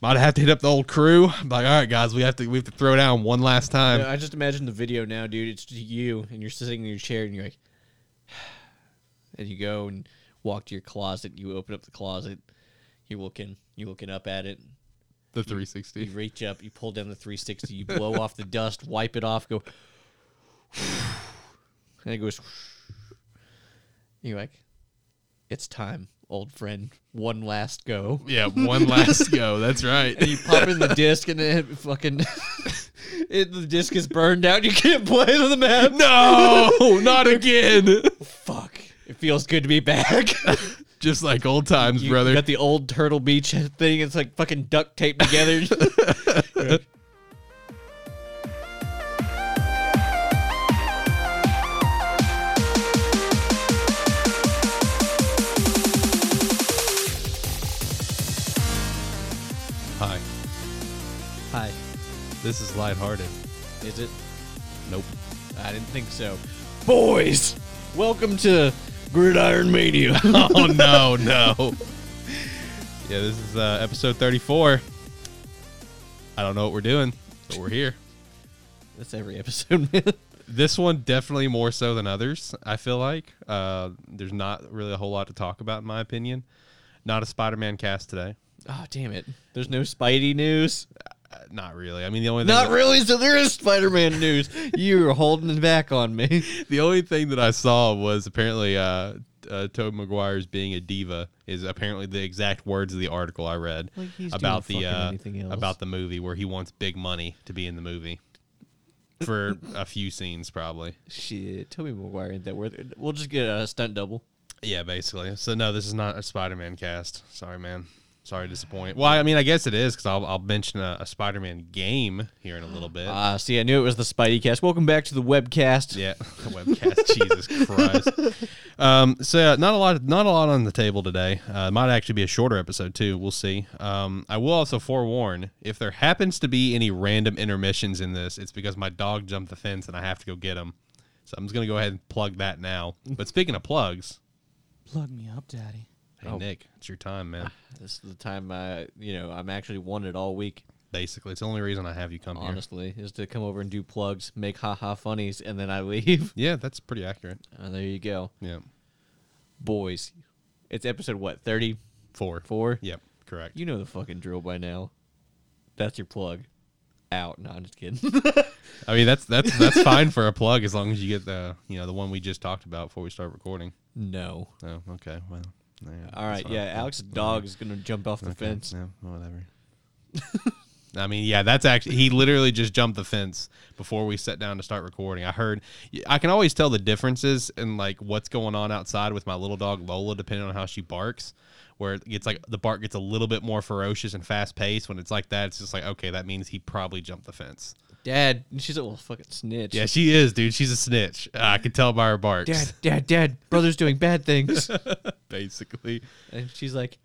Might have to hit up the old crew. I'm like, all right, guys, we have to we have to throw down one last time. I just imagine the video now, dude. It's just you and you're sitting in your chair and you're like, and you go and walk to your closet. You open up the closet. You're looking. You're looking up at it. the You 360. reach up. You pull down the 360. You blow off the dust. Wipe it off. Go. And it goes. You're like, it's time, old friend. One last go. Yeah, one last go. That's right. and you pop in the disc and it fucking it, the disc is burned out. You can't play it on the map. no, not again. Fuck. It feels good to be back. Just like old times, You brother. got the old Turtle Beach thing. It's like fucking duct taped together. Hi, Hi. this is lighthearted. Is it? Nope. I didn't think so. Boys, welcome to Gridiron Mania. oh no, no. Yeah, this is uh, episode 34. I don't know what we're doing, but we're here. That's every episode, man. This one definitely more so than others. I feel like uh, there's not really a whole lot to talk about, in my opinion. Not a Spider-Man cast today. Oh, damn it. There's no Spidey news. Uh, not really. I mean, the only thing Not that- really, so there is Spider Man news. You're holding it back on me. the only thing that I saw was apparently uh, uh, Tobey Maguire's being a diva is apparently the exact words of the article I read Like he's doing about the fucking uh, anything else. about the movie where he wants big money to be in the movie for a few scenes probably. Shit, Toby Maguire ain't that worth it. We'll just get a stunt double. Yeah, basically. So no, this is not a Spider-Man cast. Sorry, man. Sorry to disappoint. Well, I mean, I guess it is because I'll, I'll mention a, a Spider-Man game here in a little bit. Ah, see, I knew it was the Spidey cast. Welcome back to the webcast. Yeah, the webcast. Jesus Christ. Um, so yeah, not a lot, not a lot on the table today. Uh, it might actually be a shorter episode too. We'll see. Um, I will also forewarn if there happens to be any random intermissions in this, it's because my dog jumped the fence and I have to go get him. So I'm just gonna go ahead and plug that now. But speaking of plugs, Plug me up, Daddy. hey Oh. Nick, it's your time, man. This is the time I, you know, I'm actually wanted all week, Basically, it's the only reason I have you come here. honestly, is to come over and do plugs, make haha funnies, and then I leave. Yeah, that's pretty accurate. And there you go. Yeah, Boys, it's episode what, 34? four. Yep, correct. You know the fucking drill by now. That's your plug. Out. No, I'm just kidding. I mean, that's that's that's fine for a plug as long as you get the you know the one we just talked about before we start recording. no. Oh, okay. Well, yeah, All right, that's yeah, fine. Alex's dog is going to jump off the Okay, fence. Yeah, whatever. I mean, yeah, that's actually he literally just jumped the fence before we sat down to start recording. I heard I can always tell the differences in like what's going on outside with my little dog Lola depending on how she barks. Where it gets like the bark gets a little bit more ferocious and fast paced. When it's like that, it's just like okay, that means he probably jumped the fence. Dad, and she's a little fucking snitch. Yeah, she is, dude. She's a snitch. I can tell by her barks. Dad, dad, dad, brother's doing bad things. Basically, and she's like,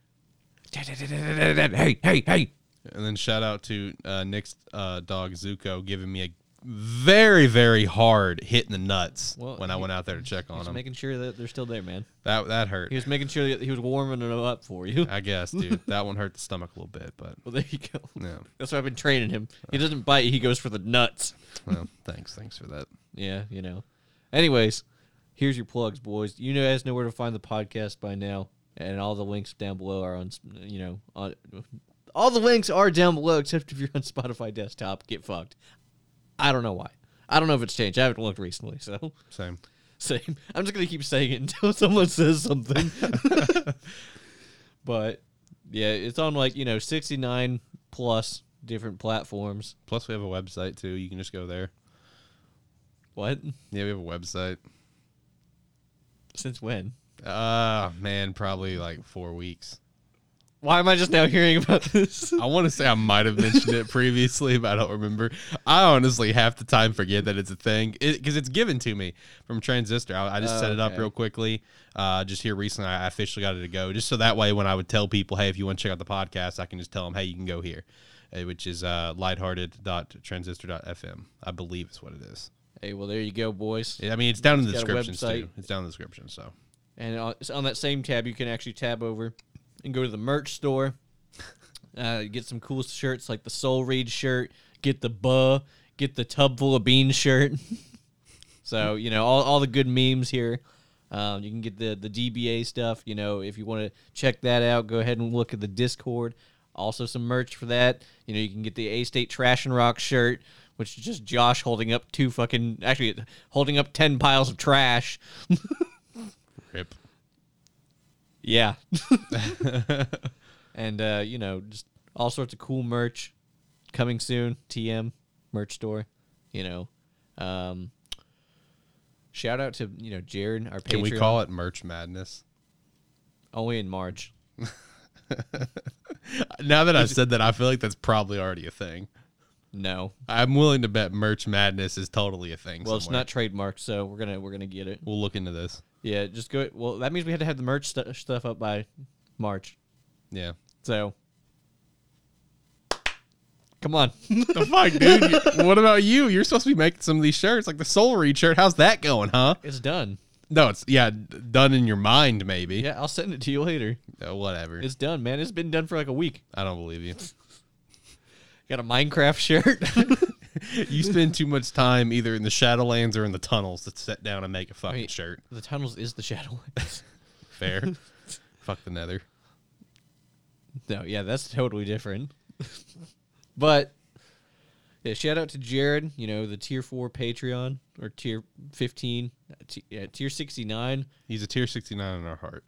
Dad, dad, dad, dad, dad, dad. Hey, hey, hey. And then shout out to uh, Nick's uh, dog Zuko giving me a very very hard hit in the nuts Well, when I he- went out there to check on he's him. making sure that they're still there, man. that that hurt. He was making sure that he was warming it up for you. I guess, dude. that one hurt the stomach a little bit, but Well, there you go. yeah. That's why I've been training him. He doesn't bite, he goes for the nuts. Well, thanks, thanks for that. Yeah, you know. Anyways, here's your plugs, boys. You know, guys know where to find the podcast by now, and all the links down below are on. You know, on, all the links are down below except if you're on Spotify desktop. Get fucked. I don't know why. I don't know if it's changed. I haven't looked recently, so Same. same. I'm just gonna keep saying it until someone says something. but yeah, it's on like you know 69 plus different platforms. Plus, we have a website too. You can just go there. What? Yeah, we have a website. Since when? Ah, man, probably like four weeks. Why am I just now hearing about this? I want to say I might have mentioned it previously, but I don't remember. I honestly half the time forget that it's a thing because it's given to me from Transistor. I, I just Oh, set it up okay. real quickly. Uh, just here recently, I officially got it to go, just so that way when I would tell people, hey, if you want to check out the podcast, I can just tell them, hey, you can go here, uh, which is uh, lighthearted.transistor.fm. I believe is what it is. Hey, well, there you go, boys. I mean, it's down in the It's got a descriptions too. website. It's down in the description. So uh, And on, it's on that same tab, you can actually tab over and go to the merch store. Uh, get some cool shirts like the Soul Reed shirt. Get the Buh. Get the Tub Full of Beans shirt. so you know all, all the good memes here. Um, you can get the the DBA stuff. You know if you want to check that out, go ahead and look at the Discord. Also some merch for that. You know you can get the A State Trash and Rock shirt. Which is just Josh holding up two fucking actually holding up ten piles of trash. Rip. Yeah. and uh, you know, just all sorts of cool merch coming soon. TM merch store. You know, um, shout out to you know Jared, our Patreon. Can we call it merch madness? only in March? Now that I've said that, I feel like that's probably already a thing. No. I'm willing to bet merch madness is totally a thing. Well, it's somewhere. not trademarked, so we're gonna we're gonna get it. We'll look into this. Yeah, just go. Well, that means we had to have the merch stu- stuff up by March. Yeah. So, come on. the fuck, dude? You- what about you? You're supposed to be making some of these shirts, like the Soul Reed shirt. How's that going, huh? it's done. No, it's yeah, d- done in your mind, maybe. Yeah, I'll send it to you later. Uh, whatever. It's done, man. It's been done for like a week. I don't believe you. Got a Minecraft shirt. you spend too much time either in the Shadowlands or in the tunnels to sit down and make a fucking Wait. shirt. The tunnels is the Shadowlands. Fair. fuck the Nether. no, yeah, that's totally different. but yeah, shout out to Jared. You know the tier four Patreon or tier fifteen, uh, t- yeah, tier sixty nine. He's a tier 69 in our heart.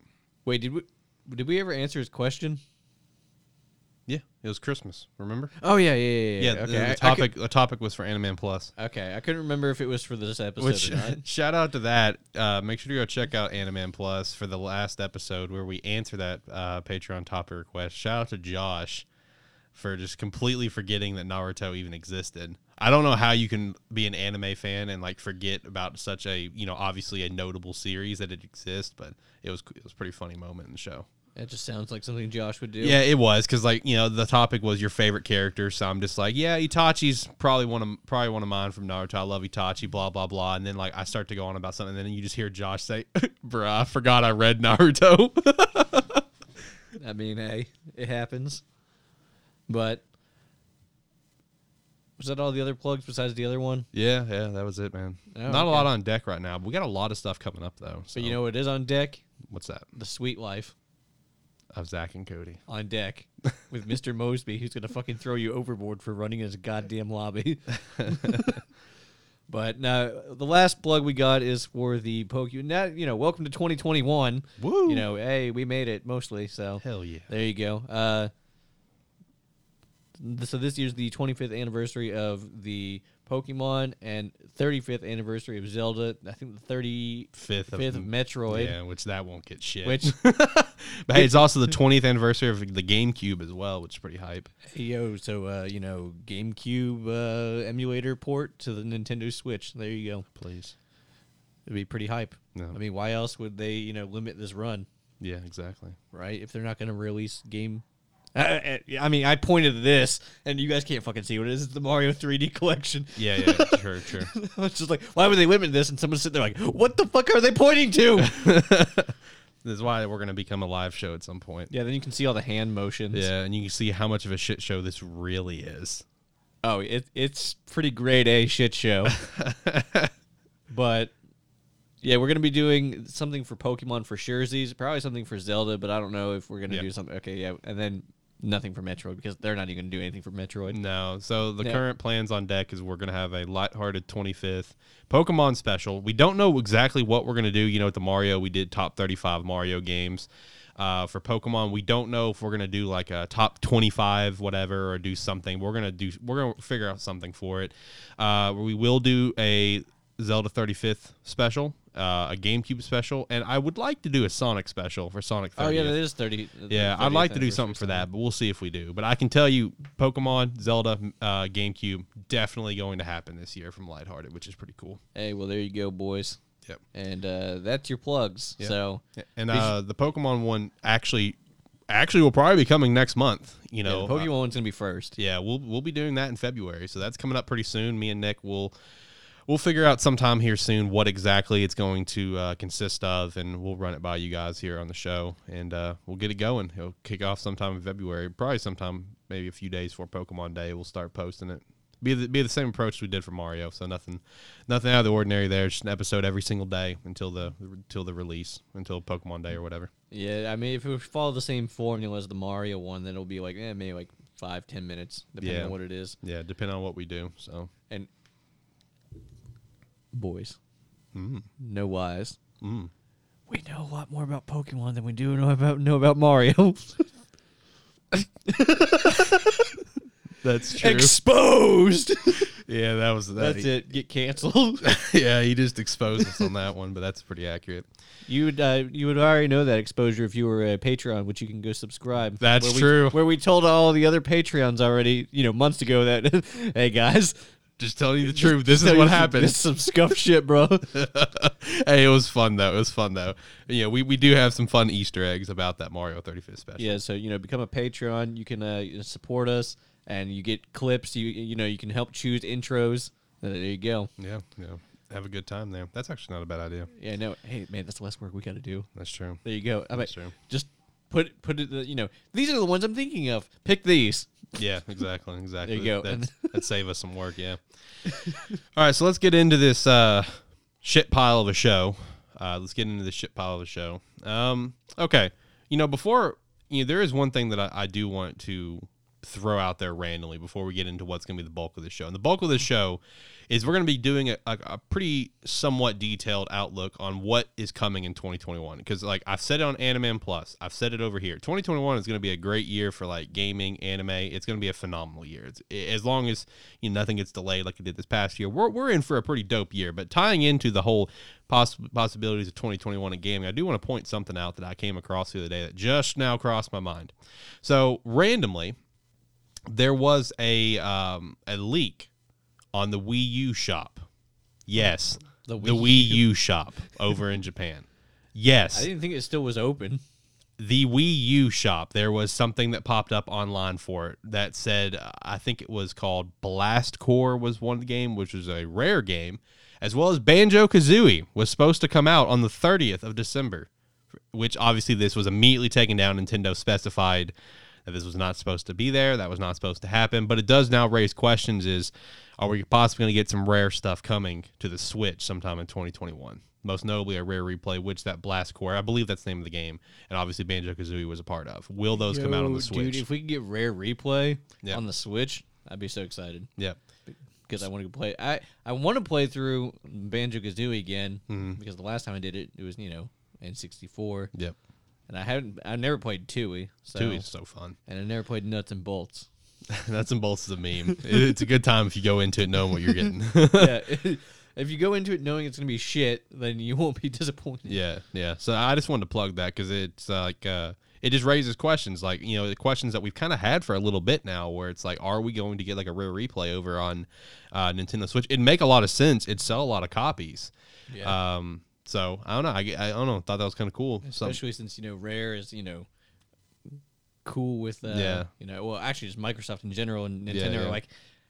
Wait, did we did we ever answer his question? Yeah, it was Christmas. Remember? Oh yeah, yeah, yeah. Yeah, okay, the, the I- I topic the topic was for Animan Plus. could- okay, I couldn't remember if it was for this episode Which or not. shout out to that. Uh, make sure to go check out Animan Plus for the last episode where we answer that uh, Patreon topic request. Shout out to Josh for just completely forgetting that Naruto even existed. I don't know how you can be an anime fan and like forget about such a you know obviously a notable series that it exists, but it was it was a pretty funny moment in the show. That just sounds like something Josh would do. Yeah, it was because like you know the topic was your favorite character, so I'm just like, yeah, Itachi's probably one of probably one of mine from Naruto. I love Itachi, blah blah blah, and then like I start to go on about something, and then you just hear Josh say, "Bruh, I forgot I read Naruto." I mean, hey, it happens. But was that all the other plugs besides the other one? yeah, yeah, that was it, man. Oh, Not okay. a lot on deck right now, but we got a lot of stuff coming up though. So But you know what is on deck? what's that The Sweet Life of Zach and Cody? on deck with Mr. Mosby, who's going to fucking throw you overboard for running his goddamn lobby. but now the last plug we got is for the Pokemon. Now, you know, welcome to 2021. Woo. You know, hey, we made it mostly. So Hell yeah. there you go. Uh, th- so this year's the 25th anniversary of the Pokemon and 35th anniversary of Zelda. I think the 35th Fifth of, of Metroid. yeah, which that won't get shit. Which but hey, it's also the 20th anniversary of the GameCube as well, which is pretty hype. yo, so uh, you know, GameCube uh, emulator port to the Nintendo Switch. There you go. Please. It'd be pretty hype. No. I mean, why else would they, you know, limit this run, Yeah, exactly. right? If they're not going to release game. I, I- I mean, I pointed to this, and you guys can't fucking see what it is. It's the Mario 3D collection. Yeah, yeah, sure, sure. I was just like, why would they limit this? And someone's sitting there like, what the fuck are they pointing to? This is why we're gonna become a live show at some point. yeah, then you can see all the hand motions. Yeah, and you can see how much of a shit show this really is. Oh, it, it's pretty grade A shit show. but yeah, we're gonna be doing something for Pokemon for Sherzies, probably something for Zelda, but I don't know if we're gonna Yeah. do something. Okay, yeah, and then nothing for Metroid because they're not even gonna do anything for Metroid. No, so the Yeah. current plans on deck is we're gonna have a lighthearted 25th Pokemon special. We don't know exactly what we're gonna do. You know, at the Mario, we did top 35 Mario games. Uh, for Pokemon, we don't know if we're gonna do like a top 25 whatever or do something. We're gonna do. We're gonna figure out something for it. Uh, we will do a Zelda 35th special. Uh, a GameCube special, and I would like to do a Sonic special for Sonic 30th. Oh yeah, that is thirty. Yeah, I'd like to do something for that, but we'll see if we do. But I can tell you, Pokemon, Zelda, uh, GameCube, definitely going to happen this year from Lighthearted, which is pretty cool. Hey, well there you go, boys, Yep. and uh, that's your plugs. So And These- uh, the Pokemon one actually, actually will probably be coming next month. You yeah, know, the Pokemon Uh, one's gonna be first. yeah, we'll we'll be doing that in February, so that's coming up pretty soon. Me and Nick will we'll figure out sometime here soon what exactly it's going to uh, consist of, and we'll run it by you guys here on the show, and uh, we'll get it going. It'll kick off sometime in February, probably sometime maybe a few days before Pokemon Day. We'll start posting it. Be the, be the same approach we did for Mario, so nothing nothing out of the ordinary there. Just an episode every single day until the until the release, until Pokemon Day or whatever. Yeah, I mean, if it would follow the same formula as the Mario one, then it'll be like, eh, maybe like five, ten minutes, depending Yeah. on what it is. Yeah, depending on what we do. So And boys, Mm. no wise. We know a lot more about Pokemon than we do know about know about Mario. that's true. Exposed. yeah, that was that. e That's he- it. Get canceled. yeah, he just exposed us on that one, but that's pretty accurate. You would uh, you would already know that exposure if you were a Patreon, which you can go subscribe. That's Where we- true. where we told all the other Patreons already, you know, months ago that, hey guys, Just telling you the truth. This tell is you what some- happened. This is some scuff shit, bro. hey, it was fun though. It was fun though. Yeah, we, we do have some fun Easter eggs about that Mario 35th special. yeah, so you know, become a Patreon. You can uh, support us, and you get clips. You you know, you can help choose intros. Uh, there you go. yeah, yeah. Have a good time there. That's actually not a bad idea. Yeah, no, hey man, that's less work we got to do. That's true. There you go. I mean, That's true. just put put it. You know, these are the ones I'm thinking of. Pick these. Yeah, exactly, exactly. There you go. That's, that save us some work. Yeah. All right, so let's get into this uh, shit pile of a show. Uh, let's get into the shit pile of a show. Um, okay, you know before you know there is one thing that I, I do want to throw out there randomly before we get into what's going to be the bulk of the show. And the bulk of the show is we're going to be doing a, a, a pretty somewhat detailed outlook on what is coming in 2021 because like I've said it on Anime and Plus, I've said it over here. 2021 is going to be a great year for like gaming, anime. It's going to be a phenomenal year. It's, as long as you know nothing gets delayed like it did this past year, we're, we're in for a pretty dope year. But tying into the whole poss- possibilities of 2021 in gaming, I do want to point something out that I came across the other day that just now crossed my mind. So randomly, there was a um, a leak on the Wii U shop. Yes, the Wii, U shop over in Japan. I Yes, didn't think it still was open. the Wii U shop. There was something that popped up online for it that said, uh, I think it was called Blast Core was one game, which was a rare game, as well as Banjo Kazooie was supposed to come out on the 30th of December, which obviously this was immediately taken down. Nintendo specified that this was not supposed to be there. That was not supposed to happen. But it does now raise questions: Is are we possibly going to get some rare stuff coming to the Switch sometime in 2021? Most notably, a rare replay, which that Blast Core, I believe that's the name of the game, and obviously Banjo Kazooie was a part of. Will those come out on Yo, the Switch? Dude, if we could get rare replay Yeah. on the Switch, I'd be so excited yeah, because I want to play. I I want to play through Banjo Kazooie again Mm-hmm. because the last time I did it, it was you know N sixty four, yeah. and I haven't I never played Tui, so Two is so fun. and I never played Nuts and Bolts. Nuts and bolts is a meme. It- it's a good time if you go into it knowing what you're getting. yeah, if you go into it knowing it's gonna be shit, then you won't be disappointed. Yeah, yeah. So I just wanted to plug that because it's uh, like uh, it just raises questions, like you know, the questions that we've kind of had for a little bit now, where it's like, are we going to get like a rare replay over on uh, Nintendo Switch? It'd make a lot of sense. It'd sell a lot of copies. Yeah. Um. So I don't know. I, g- I don't know. Thought that was kind of cool. So- especially since you know Rare is you know cool with uh, Yeah. you know well actually just Microsoft in general and Nintendo Yeah, yeah. are like,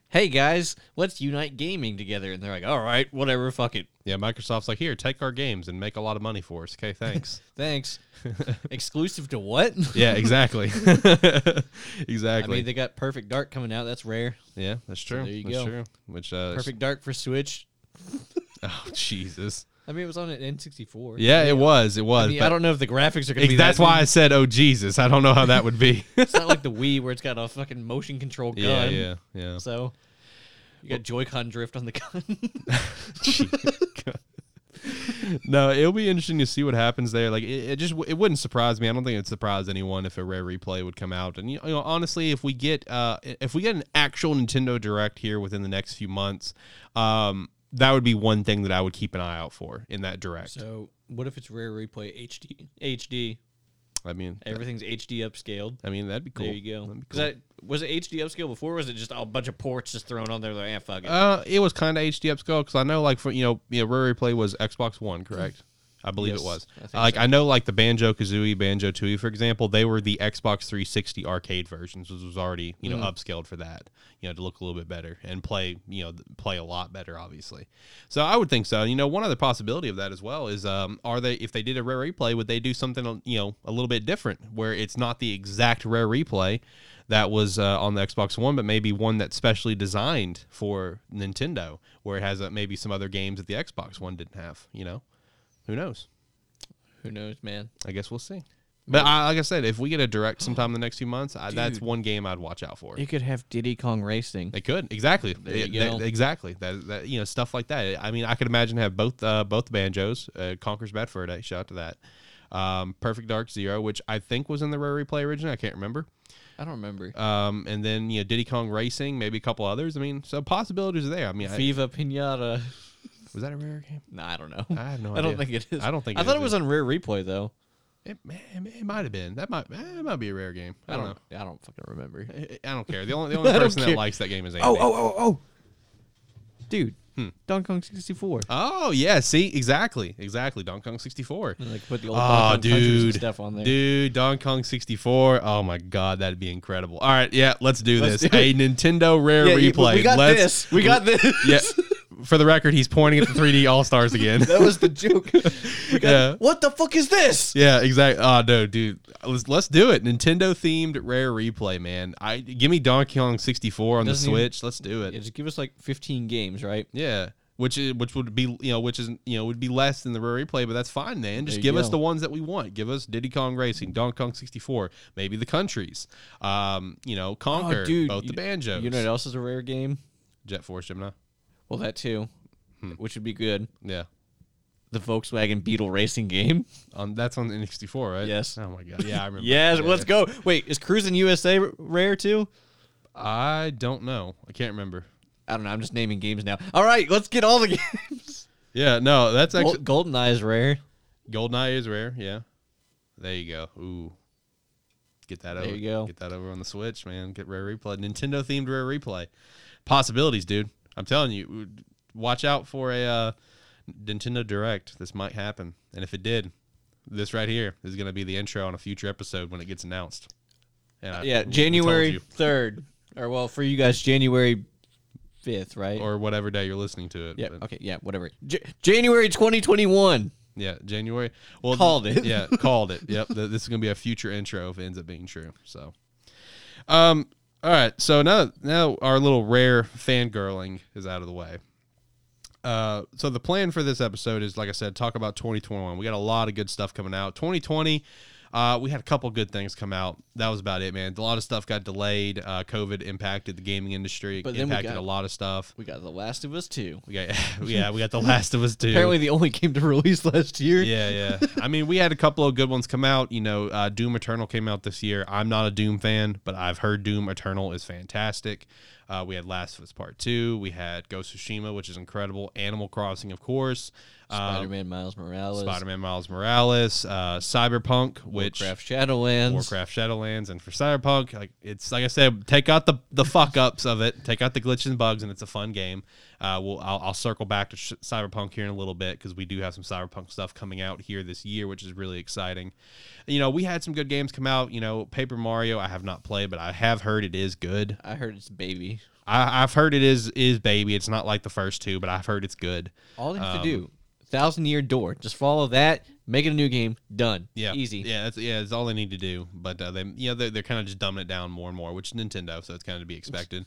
hey guys, let's unite gaming together, and they're like, all right, whatever, fuck it, yeah, Microsoft's like, here, take our games and make a lot of money for us. Okay, thanks. thanks. Exclusive to what? yeah, exactly. I exactly. mean they got Perfect Dark coming out. That's Rare. yeah, that's true. there you that's go. true. Which uh, Perfect Dark for Switch. Oh Jesus. I mean it was on an N64. Yeah, it was. It was. I, mean, but- I don't know if the graphics are gonna be. Ex- that's that why I said, "Oh Jesus!" I don't know how that would be. it's not like the Wii where it's got a fucking motion control gun. yeah, yeah, yeah. So you got Joy-Con drift on the gun. No, it'll be interesting to see what happens there. Like, it, it just it wouldn't surprise me. I don't think it'd surprise anyone if a rare replay would come out. And you know, honestly, if we get uh, if we get an actual Nintendo Direct here within the next few months, um, that would be one thing that I would keep an eye out for in that Direct. so what if it's Rare Replay HD? HD. I mean, Everything's HD upscaled. I mean that'd be cool. There you go. That'd be 'Cause cool. I- was it HD upscale before? Or was it just a bunch of ports just thrown on there? Like, eh, fuck it. Uh, it was kind of HD upscale because I know, like, for you know, yeah, rare replay was Xbox One, correct? I believe Yes, it was. I think like so. I know, like the Banjo Kazooie, Banjo Tooie, for example, they were the Xbox 360 arcade versions, which was already you know upscaled for that, you know, to look a little bit better and play you know th- play a lot better, obviously. So I would think so. You know, one other possibility of that as well is, um, are they if they did a rare replay, would they do something uh, you know a little bit different where it's not the exact rare replay that was uh, on the Xbox One, but maybe one that's specially designed for Nintendo, where it has uh, maybe some other games that the Xbox One didn't have. You know, who knows? Who knows, man? I guess we'll see. But I, like I said, if we get a direct sometime in the next few months, I, that's Dude. one game I'd watch out for. You could have Diddy Kong Racing. They could exactly, you It- that- go. exactly that, that you know stuff like that. I mean, I could imagine have both uh, both banjos. Uh, Conquer's Bad Fur Day. Shout out to that. Um, Perfect Dark Zero, which I think was in the rare replay originally. I can't remember. I don't remember. Um, and then you know Diddy Kong Racing, maybe a couple others. I mean, so possibilities are there. I mean, I, Viva Pinata. was that a rare game? No, I don't know. I have no I don't idea. think it is. I don't think I it thought is it was on Rare Replay though. It, man, it might have been. That might eh, it might be a rare game. I, don't, know. I don't fucking remember. know. I- I don't care. The only the only I don't person that care. likes that game is Andy. Oh, oh, oh, oh. Dude, Donkey Kong 64. Oh yeah, see exactly, exactly. Donkey Kong sixty four. And, like put the old Oh Mm, Donkey Kong countries and dude, stuff on there. dude, Donkey Kong sixty four. Oh my god, that'd be incredible. All right, yeah, let's do Let's this. do a Nintendo rare Yeah, you- replay. We got let's, this. We got this. Yeah, for the record, he's pointing at the three D All Stars again. that was the joke. yeah. What the fuck is this? Yeah, exactly. Oh no, dude, let's let's do it. Nintendo themed rare replay, man. I give me Donkey Kong sixty four on Doesn't the even- Switch. let's do it. Yeah, just give us like 15 games, right? Yeah, which is which would be you know which is you know would be less than the rare replay, but that's fine, man. Just you give us go. the ones that we want. Give us Diddy Kong Racing, Donkey Kong sixty four, maybe the countries. Um, you know, Conquer, both Oh, you- the banjos, You know what else is a rare game? Jet Force Gemini. Well, that too, which would be good. Yeah, The Volkswagen Beetle racing game. um, that's on the N sixty four, right? Yes. Oh my god. Yeah, I remember. Yes, Yeah, let's yeah. go. Wait, is Cruising USA r- rare too? I don't know. I can't remember. I don't know. I'm just naming games now. All right, let's get all the games. Yeah, no, that's actually Gold, GoldenEye is rare. Goldeneye is rare. Yeah. There you go. Ooh. Get that There over. you go. Get that over on the Switch, man. Get rare replay. Nintendo themed rare replay. Possibilities, dude. I'm telling you. Watch out for a uh, Nintendo Direct. This might happen. And if it did, this right here is going to be the intro on a future episode when it gets announced. And I- Yeah, we- we told January you. 3rd. Or, well, for you guys, January 5th, right? or whatever day you're listening to it. yeah, but- okay, yeah, whatever. J- January 2021. Yeah, January. Well, Called it. Yeah, called it. Yep. th- This is gonna be a future intro if it ends up being true. So, um, all right. So now, now our little rare fangirling is out of the way. Uh, so the plan for this episode is, like I said, talk about 2021. We got a lot of good stuff coming out. 2020, uh, we had a couple good things come out. That was about it, man. A lot of stuff got delayed. Uh, COVID impacted the gaming industry. But then we impacted got- a lot of stuff. We got The Last of Us 2. We got, yeah, we got The Last of Us too. Apparently, the only game to release last year. Yeah, yeah. I mean, we had a couple of good ones come out. You know, uh, Doom Eternal came out this year. I'm not a Doom fan, but I've heard Doom Eternal is fantastic. Uh, we had Last of Us Part Two. We had Ghost of Tsushima, which is incredible. Animal Crossing, of course. Spider Um, Man Miles Morales. Spider-Man Miles Morales, uh, Cyberpunk, which Warcraft Shadowlands. Warcraft Shadowlands, and for Cyberpunk, like it's like I said, take out the the fuck ups of it, take out the glitches and bugs, and it's a fun game. Uh, we'll I'll, I'll circle back to sh- Cyberpunk here in a little bit because we do have some Cyberpunk stuff coming out here this year, which is really exciting. You know, we had some good games come out. You know, Paper Mario, I have not played, but I have heard it is good. I heard it's baby. I, I've heard it is is baby. It's not like the first two, but I've heard it's good. All they have Um, to do, thousand year door. Just follow that. Make it a new game. Done. Yeah, Easy. Yeah, that's yeah, that's all they need to do. But uh, they, you know, they're, they're kind of just dumbing it down more and more, which is Nintendo, so it's kind of to be expected.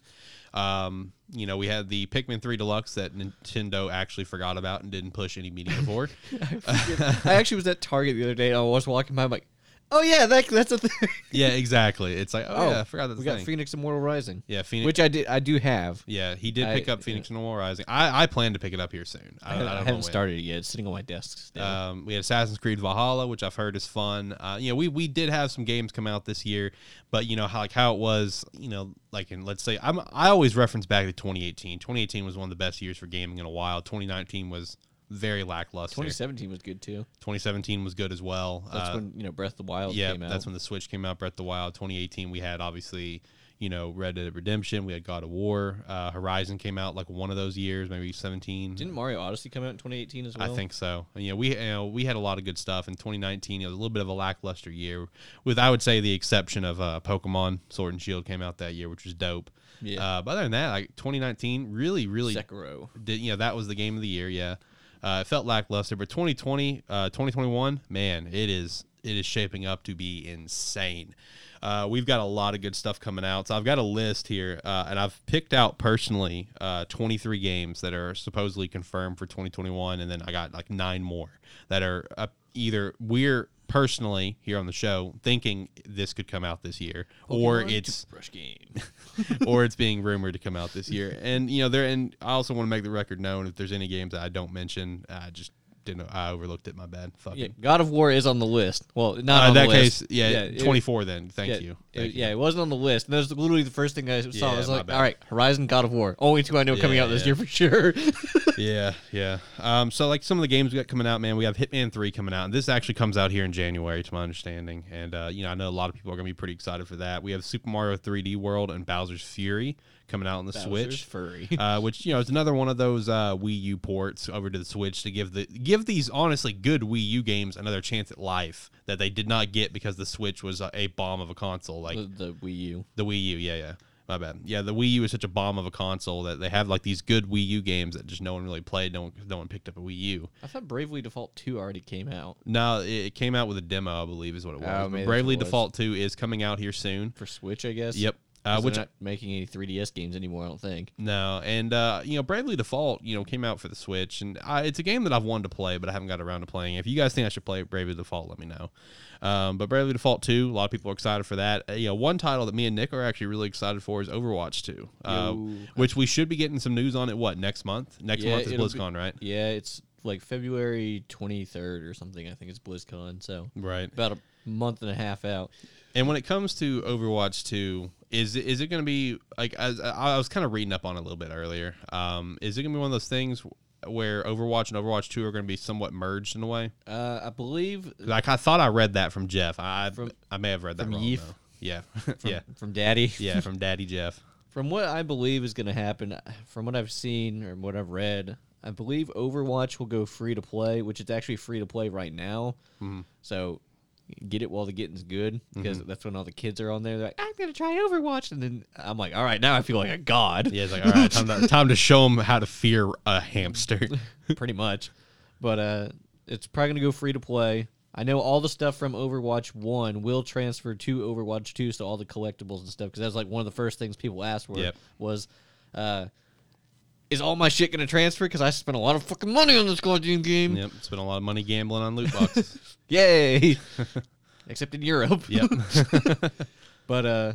Um, you know, we had the Pikmin Three Deluxe that Nintendo actually forgot about and didn't push any media for. I actually was at Target the other day and I was walking by. I'm like, oh yeah, that, that's a thing. yeah, exactly. It's like, oh, yeah, I forgot that we thing. got Phoenix Immortal Rising, yeah, Phoenix. which I did. I do have. yeah, he did I- pick up Phoenix and Immortal Rising. I, I plan to pick it up here soon. I, I I, haven't- don't I know haven't when. started it yet. It's sitting on my desk. still. Um, we had Assassin's Creed Valhalla, which I've heard is fun. Uh, you know, we, we did have some games come out this year, but you know how like how it was. You know, like in let's say I'm I always reference back to 2018. 2018 was one of the best years for gaming in a while. 2019 was very lackluster. 2017 was good too. 2017 was good as well. That's Uh, when you know Breath of the Wild yeah, came out. that's when the Switch came out. Breath of the Wild. 2018 we had obviously. you know, Red Dead Redemption. We had God of War. Uh, Horizon came out like one of those years, maybe 17. Didn't Mario Odyssey come out in 2018 as well? I think so. And, you know, we you know, we had a lot of good stuff in 2019. It was a little bit of a lackluster year, with I would say the exception of uh, Pokemon Sword and Shield came out that year, which was dope. Yeah. Uh, but other than that, like 2019, really, really Sekiro. did you know that was the game of the year yeah uh, it felt lackluster but 2020 uh, 2021 man it is it is shaping up to be insane uh, we've got a lot of good stuff coming out so i've got a list here uh, and i've picked out personally uh, 23 games that are supposedly confirmed for 2021 and then i got like nine more that are uh, either we're personally here on the show thinking this could come out this year or Pokemon it's toothbrush game. or it's being rumored to come out this year. And you know, there and I also want to make the record known if there's any games that I don't mention, I just didn't I overlooked it. My bad. Fuck yeah, it. God of War is on the list. Well, not Uh, on in that the list. case, yeah, it- 24 then. Thank yeah, you. it- Thank you. yeah, it wasn't on the list. And that was literally the first thing I saw. I Yeah, was my like, bad. all right, Horizon, God of War. Only two I know coming Yeah, out this yeah. year for sure. yeah, yeah. Um, so like some of the games we got coming out, man, we have Hitman Three coming out, and this actually comes out here in January, to my understanding. And uh, you know, I know a lot of people are gonna be pretty excited for that. We have Super Mario 3D World and Bowser's Fury coming out on the Bowser's Switch. furry. uh, which you know is another one of those uh, Wii U ports over to the Switch to give the give these honestly good Wii U games another chance at life that they did not get because the Switch was a, a bomb of a console. Like the, the Wii U. the Wii U, yeah, yeah. My bad. Yeah, the Wii U is such a bomb of a console that they have like these good Wii U games that just no one really played. No one, no one picked up a Wii U. I thought Bravely Default 2 already came out No, it, it came out with a demo, I believe, is what it was. But Oh, maybe that's what Bravely it was. Default Two is coming out here soon. for Switch, I guess. Yep. Uh, 'Cause which they're not making any 3DS games anymore, I don't think. No, and uh, you know, Bravely Default, you know, came out for the Switch, and I, it's a game that I've wanted to play, but I haven't got around to playing. it. If you guys think I should play Bravely Default, let me know. Um, but Bravely Default Two, a lot of people are excited for that. Uh, you know, one title that me and Nick are actually really excited for is Overwatch Two, uh, Yo. which we should be getting some news on it. What next month? Next Yeah, month is it'll be- BlizzCon, right? Yeah, it's like February 23rd or something. I think it's BlizzCon. So Right. about a month and a half out. And when it comes to Overwatch 2, is it- is it going to be like as uh, I I was kind of reading up on it a little bit earlier? Um, is it going to be one of those things where Overwatch and Overwatch 2 are going to be somewhat merged in a way? Uh, I believe 'Cause, Like I thought I read that from Jeff. I I- From- I may have read that from wrong. Yeef? though. Yeah, from, yeah, from Daddy. yeah, from Daddy Jeff. From what I believe is going to happen, uh, from what I've seen or what I've read, I believe Overwatch will go free to play, which it's actually free to play right now. Mm-hmm. So get it while the getting's good because that's when all the kids are on there. They're like, I'm going to try Overwatch. And then I'm like, all right, now I feel like a god. Yeah, it's like all right, time to, time to show him how to fear a hamster. pretty much. But uh, it's probably going to go free to play. I know all the stuff from Overwatch 1 will transfer to Overwatch 2, so all the collectibles and stuff, because that's like one of the first things people asked were, Yep. was, uh, is all my shit going to transfer? Because I spent a lot of fucking money on this goddamn game. yep, spent a lot of money gambling on loot boxes. Yay! Except in Europe. yep, But uh,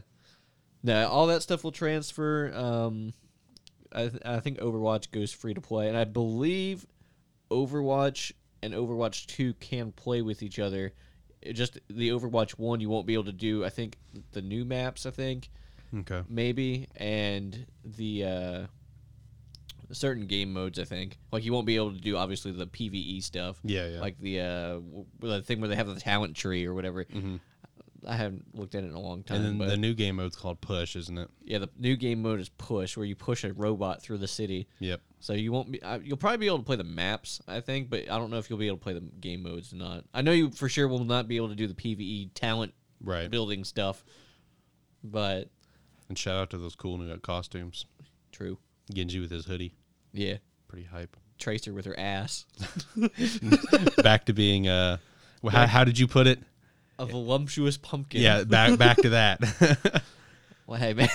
no, all that stuff will transfer. Um, I, th- I think Overwatch goes free to play, and I believe Overwatch and Overwatch Two can play with each other. It just the Overwatch One, you won't be able to do. I think the new maps. I think okay, maybe and the uh, certain game modes. I think like you won't be able to do obviously the PVE stuff. Yeah, yeah. Like the uh, w- the thing where they have the talent tree or whatever. I haven't looked at it in a long time. Mm-hmm. and then but the new game mode's called Push, isn't it? yeah, the new game mode is push, where you push a robot through the city. Yep. So you won't be. I- You'll probably be able to play the maps, I think, but I don't know if you'll be able to play the game modes or not. I know you for sure will not be able to do the PVE talent Right. building stuff, but And shout out to those cool new uh, costumes. true. Genji with his hoodie, Yeah, pretty hype. Tracer with her ass, Back to being uh, wh- how, how did you put it? a voluptuous pumpkin. Yeah, back back to that. Well, hey man,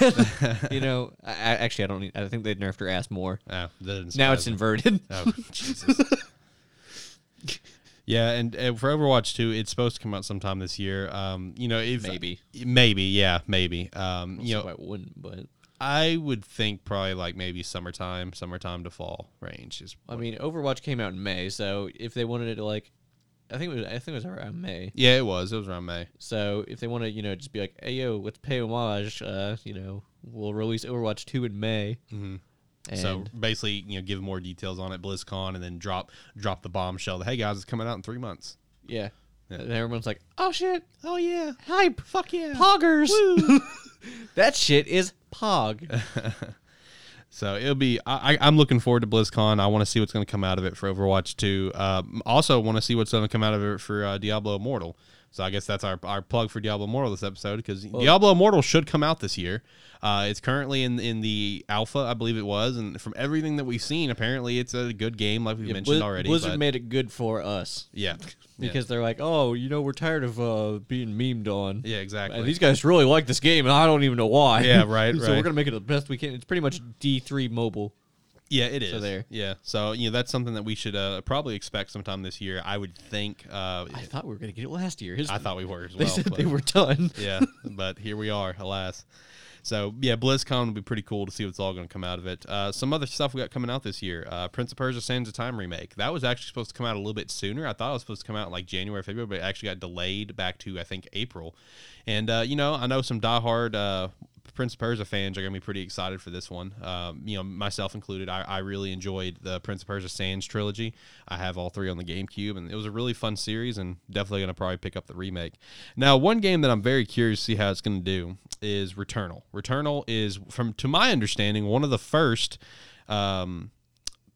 you know, I, I- actually, I don't. Need, I think they nerfed her ass more. oh, that didn't Now surprise it's me. inverted. Oh Jesus. yeah, and, and for Overwatch 2, it's supposed to come out sometime this year. Um, you know, if Maybe. maybe, yeah, maybe. Um, you So know, I wouldn't, but I would think probably like maybe summertime, summertime to fall range is. I mean, Overwatch came out in May, so if they wanted it to like, I think it was, I think it was around May. Yeah, it was. It was around May. So if they want to, you know, just be like, hey yo, let's pay homage. Uh, you know, we'll release Overwatch two in May. Mm-hmm. And so basically, you know, give more details on it BlizzCon, and then drop drop the bombshell. That, hey guys, it's coming out in three months. yeah, And everyone's like, oh shit, Oh yeah. hype, Fuck yeah. poggers. that shit is pog. So it'll be. I, I- I'm looking forward to BlizzCon. I want to see what's going to come out of it for Overwatch 2. Um, also, want to see what's going to come out of it for uh, Diablo Immortal. So I guess that's our, our plug for Diablo Immortal this episode because Diablo Immortal should come out this year. Uh, it's currently in in the alpha, I believe it was, and from everything that we've seen, apparently it's a good game, like we have mentioned Blizz- already. Blizzard but- made it good for us yeah, Yeah. because they're like, oh, you know, we're tired of uh, being memed on. yeah, exactly. And these guys really like this game, and I don't even know why. Yeah, right, so right. we're gonna make it the best we can. It's pretty much D three mobile. Yeah, it is. there. Yeah, so you know that's something that we should uh, probably expect sometime this year. I would think. Uh, I thought we were gonna get it last year. Isn't I it? thought we were as well. they said but- they were done. yeah, but here we are, alas. So yeah, BlizzCon would be pretty cool to see what's all going to come out of it. Uh, some other stuff we got coming out this year: uh, Prince of Persia: Sands of Time remake. That was actually supposed to come out a little bit sooner. I thought it was supposed to come out in, like January, February, but it actually got delayed back to I think April. And uh, you know, I know some diehard uh, Prince of Persia fans are going to be pretty excited for this one. Um, you know, myself included. I, I really enjoyed the Prince of Persia Sands trilogy. I have all three on the GameCube, and it was a really fun series, and definitely going to probably pick up the remake. Now, one game that I'm very curious to see how it's going to do is Returnal. Returnal is, from to my understanding, one of the first. Um,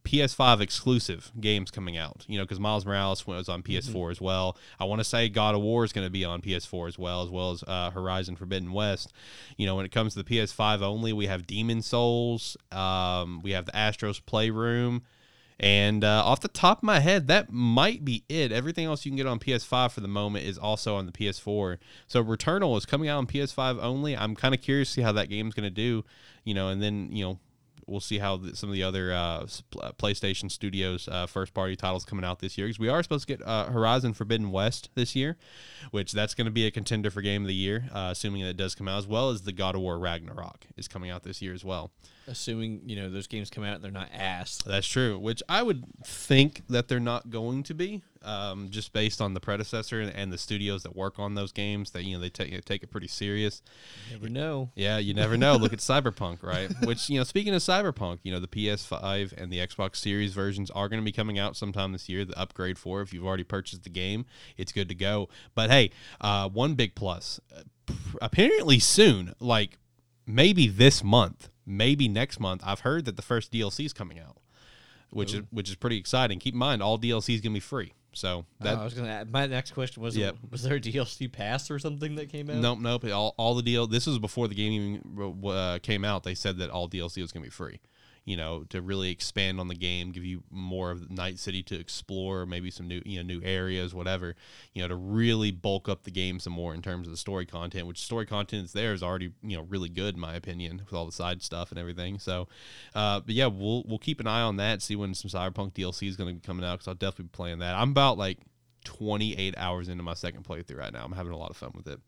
PS5 exclusive games coming out. You know, because Miles Morales was on PS4 as well. I want to say God of War is going to be on PS4 as well, as well as uh, Horizon Forbidden West. You know, when it comes to the PS5 only, we have Demon Souls, um, we have the Astros Playroom, and uh, off the top of my head, that might be it. Everything else you can get on PS5 for the moment is also on the PS4. So Returnal is coming out on PS5 only. I'm kind of curious to see how that game's going to do. You know, and then you know we'll see how the, some of the other uh, s- pl- uh, PlayStation Studios uh, first party titles coming out this year because we are supposed to get uh, Horizon Forbidden West this year, which that's going to be a contender for Game of the Year, uh, assuming that it does come out as well as the God of War Ragnarok is coming out this year as well. Assuming you know those games come out, and they're not ass. That's true, which I would think that they're not going to be, um, just based on the predecessor and, and the studios that work on those games. That you know they take take it pretty serious. Never know. Yeah, you never know. Look at Cyberpunk, right? Which, you know, speaking of Cyberpunk, you know, the PS5 and the Xbox Series versions are going to be coming out sometime this year. The upgrade for, if you've already purchased the game, it's good to go. But hey, uh, one big plus uh, pr- apparently soon, like maybe this month, maybe next month, I've heard that the first DLC is coming out, which is which is pretty exciting. Keep in mind, all DLC is going to be free. So that, Oh, I was gonna. Add, my next question was: Yep. Was there a DLC pass or something that came out? Nope, nope. It All, all the deal. This was before the game even uh, came out. They said that all DLC was going to be free. You know, to really expand on the game, give you more of Night City to explore, maybe some new, you know, new areas, whatever. You know, to really bulk up the game some more in terms of the story content, which story content is there is already, you know, really good in my opinion with all the side stuff and everything. So, uh, but yeah, we'll we'll keep an eye on that. See when some Cyberpunk DLC is going to be coming out because I'll definitely be playing that. I'm about like 28 hours into my second playthrough right now. I'm having a lot of fun with it.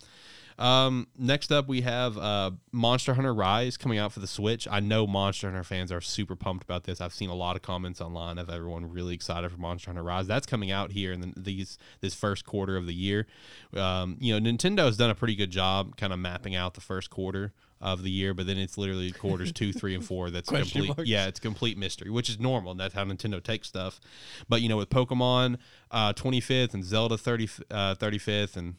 Um, next up, we have uh, Monster Hunter Rise coming out for the Switch. I know Monster Hunter fans are super pumped about this. I've seen a lot of comments online of everyone really excited for Monster Hunter Rise. That's coming out here in the, these this first quarter of the year. Um, you know, Nintendo has done a pretty good job kind of mapping out the first quarter of the year, but then it's literally quarters two, three, and four that's Question complete. marks. Yeah, it's complete mystery, which is normal. And that's how Nintendo takes stuff. But you know, with Pokemon uh, 25th and Zelda 30, uh, 35th and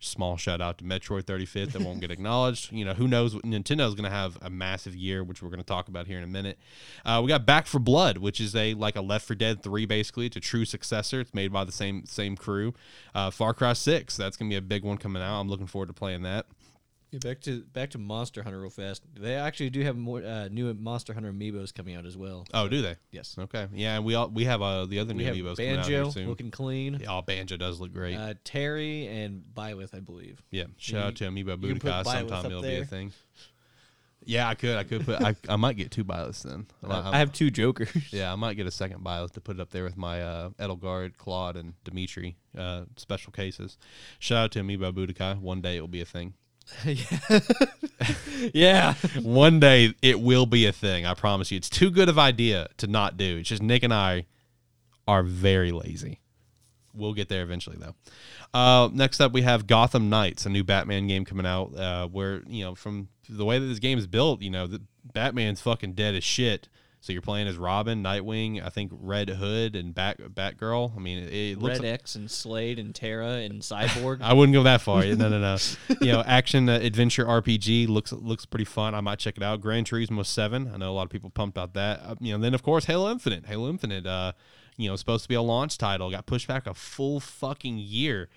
small shout out to Metroid 35th that won't get acknowledged. You know, who knows? what- Nintendo's going to have a massive year, which we're going to talk about here in a minute. Uh, we got Back for Blood, which is a like a Left for Dead 3, basically. It's a true successor. It's made by the same same crew. Uh, Far Cry 6, that's going to be a big one coming out. I'm looking forward to playing that. Yeah, back to back to Monster Hunter real fast. They actually do have more uh, new Monster Hunter amiibos coming out as well. Oh, do they? Yes. Okay. Yeah, and we all we have uh, the other We new have amiibos coming out here Banjo soon. looking clean. Yeah, oh, Banjo does look great. Uh, Terry and Bywith, I believe. Yeah, shout out to Amiibo you can put Budokai. Byleth Sometime up it'll be a there. thing. Yeah, I could. I could put. I, I might get two Byleths then. I- Uh, I'm- I have two Jokers. yeah, I might get a second Byleth to put it up there with my uh, Edelgard, Claude, and Dimitri uh, special cases. Shout out to Amiibo Budokai. One day it will be a thing. yeah. yeah. One day it will be a thing. I promise you. It's too good of idea to not do. It's just Nick and I are very lazy. We'll get there eventually, though. Uh, next up, we have Gotham Knights, a new Batman game coming out. Uh, where you know, from the way that this game is built, you know, the Batman's fucking dead as shit. So you're playing as Robin, Nightwing, I think Red Hood, and Bat Batgirl. I mean, it, it looks. Red X and Slade and Terra and Cyborg. I wouldn't go that far. No, no, no. you know, action uh, adventure RPG looks looks pretty fun. I might check it out. Gran Turismo Seven. I know a lot of people pumped about that. Uh, you know, then of course Halo Infinite. Halo Infinite. Uh, you know, supposed to be a launch title. Got pushed back a full fucking year.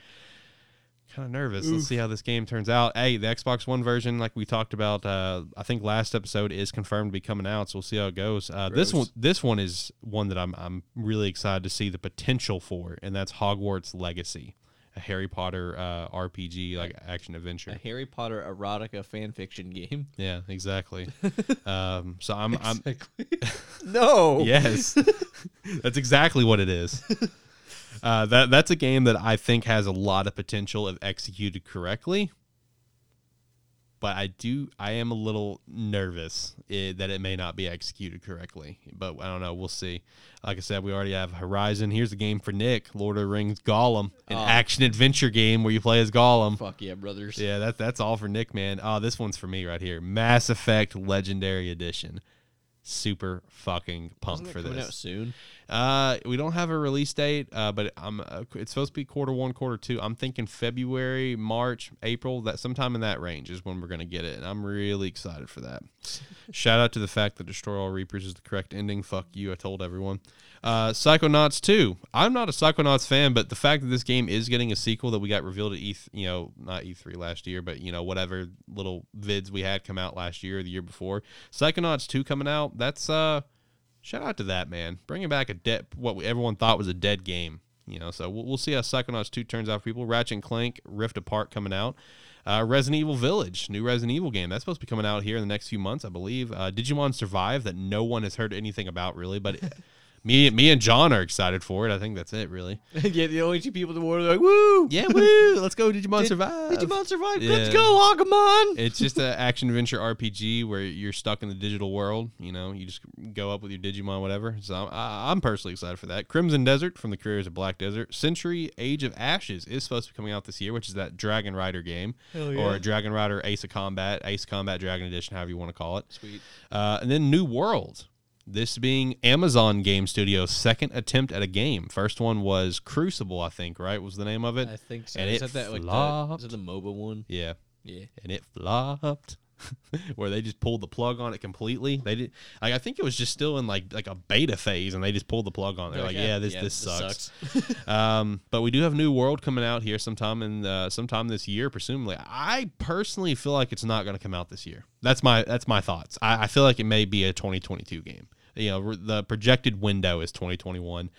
Kind of nervous. Let's see how this game turns out. Hey, the Xbox One version, like we talked about, uh, I think last episode is confirmed to be coming out. So we'll see how it goes. Uh, this one, Gross. this one is one that I'm I'm really excited to see the potential for, and that's Hogwarts Legacy a Harry Potter uh, RPG like action A adventure. Harry Potter erotica fan fiction game. Yeah, exactly. um, so I'm, I'm no. yes, that's exactly what it is. Uh, that that's a game that I think has a lot of potential if executed correctly. But I do, I am a little nervous eh, that it may not be executed correctly. But I don't know. We'll see. Like I said, we already have Horizon. Here's the game for Nick: Lord of the Rings Gollum, an Oh. action adventure game where you play as Gollum. Fuck yeah, brothers. Yeah, that's that's all for Nick, man. Oh, this one's for me right here. Mass Effect Legendary Edition. Super fucking pumped Isn't that for coming out this. soon. Uh, we don't have a release date, uh, but I'm uh, it's supposed to be quarter one, quarter two. I'm thinking February, March, April. That sometime in that range is when we're gonna get it, and I'm really excited for that. Shout out to the fact that Destroy All Reapers is the correct ending. Fuck you, I told everyone. Uh, Psychonauts 2. I'm not a Psychonauts fan, but the fact that this game is getting a sequel that we got revealed at E, th- you know, not E3 last year, but you know, whatever little vids we had come out last year or the year before. Psychonauts 2 coming out. That's uh, shout out to that man, bringing back a dead what we, everyone thought was a dead game. You know, so we'll, we'll see how Psychonauts 2 turns out for people. Ratchet and Clank Rift Apart coming out. Uh, Resident Evil Village, new Resident Evil game. That's supposed to be coming out here in the next few months, I believe. Uh, Digimon Survive, that no one has heard anything about really, but me, me and John are excited for it. I think that's it, really. yeah, the only two people in the world are like, woo! Yeah, woo! Let's go, Digimon Did- Survive. Digimon survive. Yeah. Let's go, Agumon! it's just an action adventure RPG where you're stuck in the digital world. You know, you just go up with your Digimon, whatever. So I'm, I- I'm personally excited for that. Crimson Desert from the creators of Black Desert. Century Age of Ashes is supposed to be coming out this year, which is that Dragon Rider game Hell Oh, yeah. or a Dragon Rider Ace of Combat, Ace Combat Dragon Edition, however you want to call it. Sweet. Uh, and then New World. This being Amazon Game Studio's second attempt at a game. First one was Crucible, I think, right? Was the name of it? I think so. And is it that that like the, flopped. is that the MOBA one? yeah Yeah. and it flopped. Where they just pulled the plug on it completely. They did. Like, I think it was just still in like like a beta phase, and they just pulled the plug on. it. They're like, yeah, this this sucks. um, but we do have New World coming out here sometime in uh, sometime this year, presumably. I personally feel like it's not going to come out this year. That's my that's my thoughts. I, I feel like it may be a 2022 game. You know, the projected window is 2021.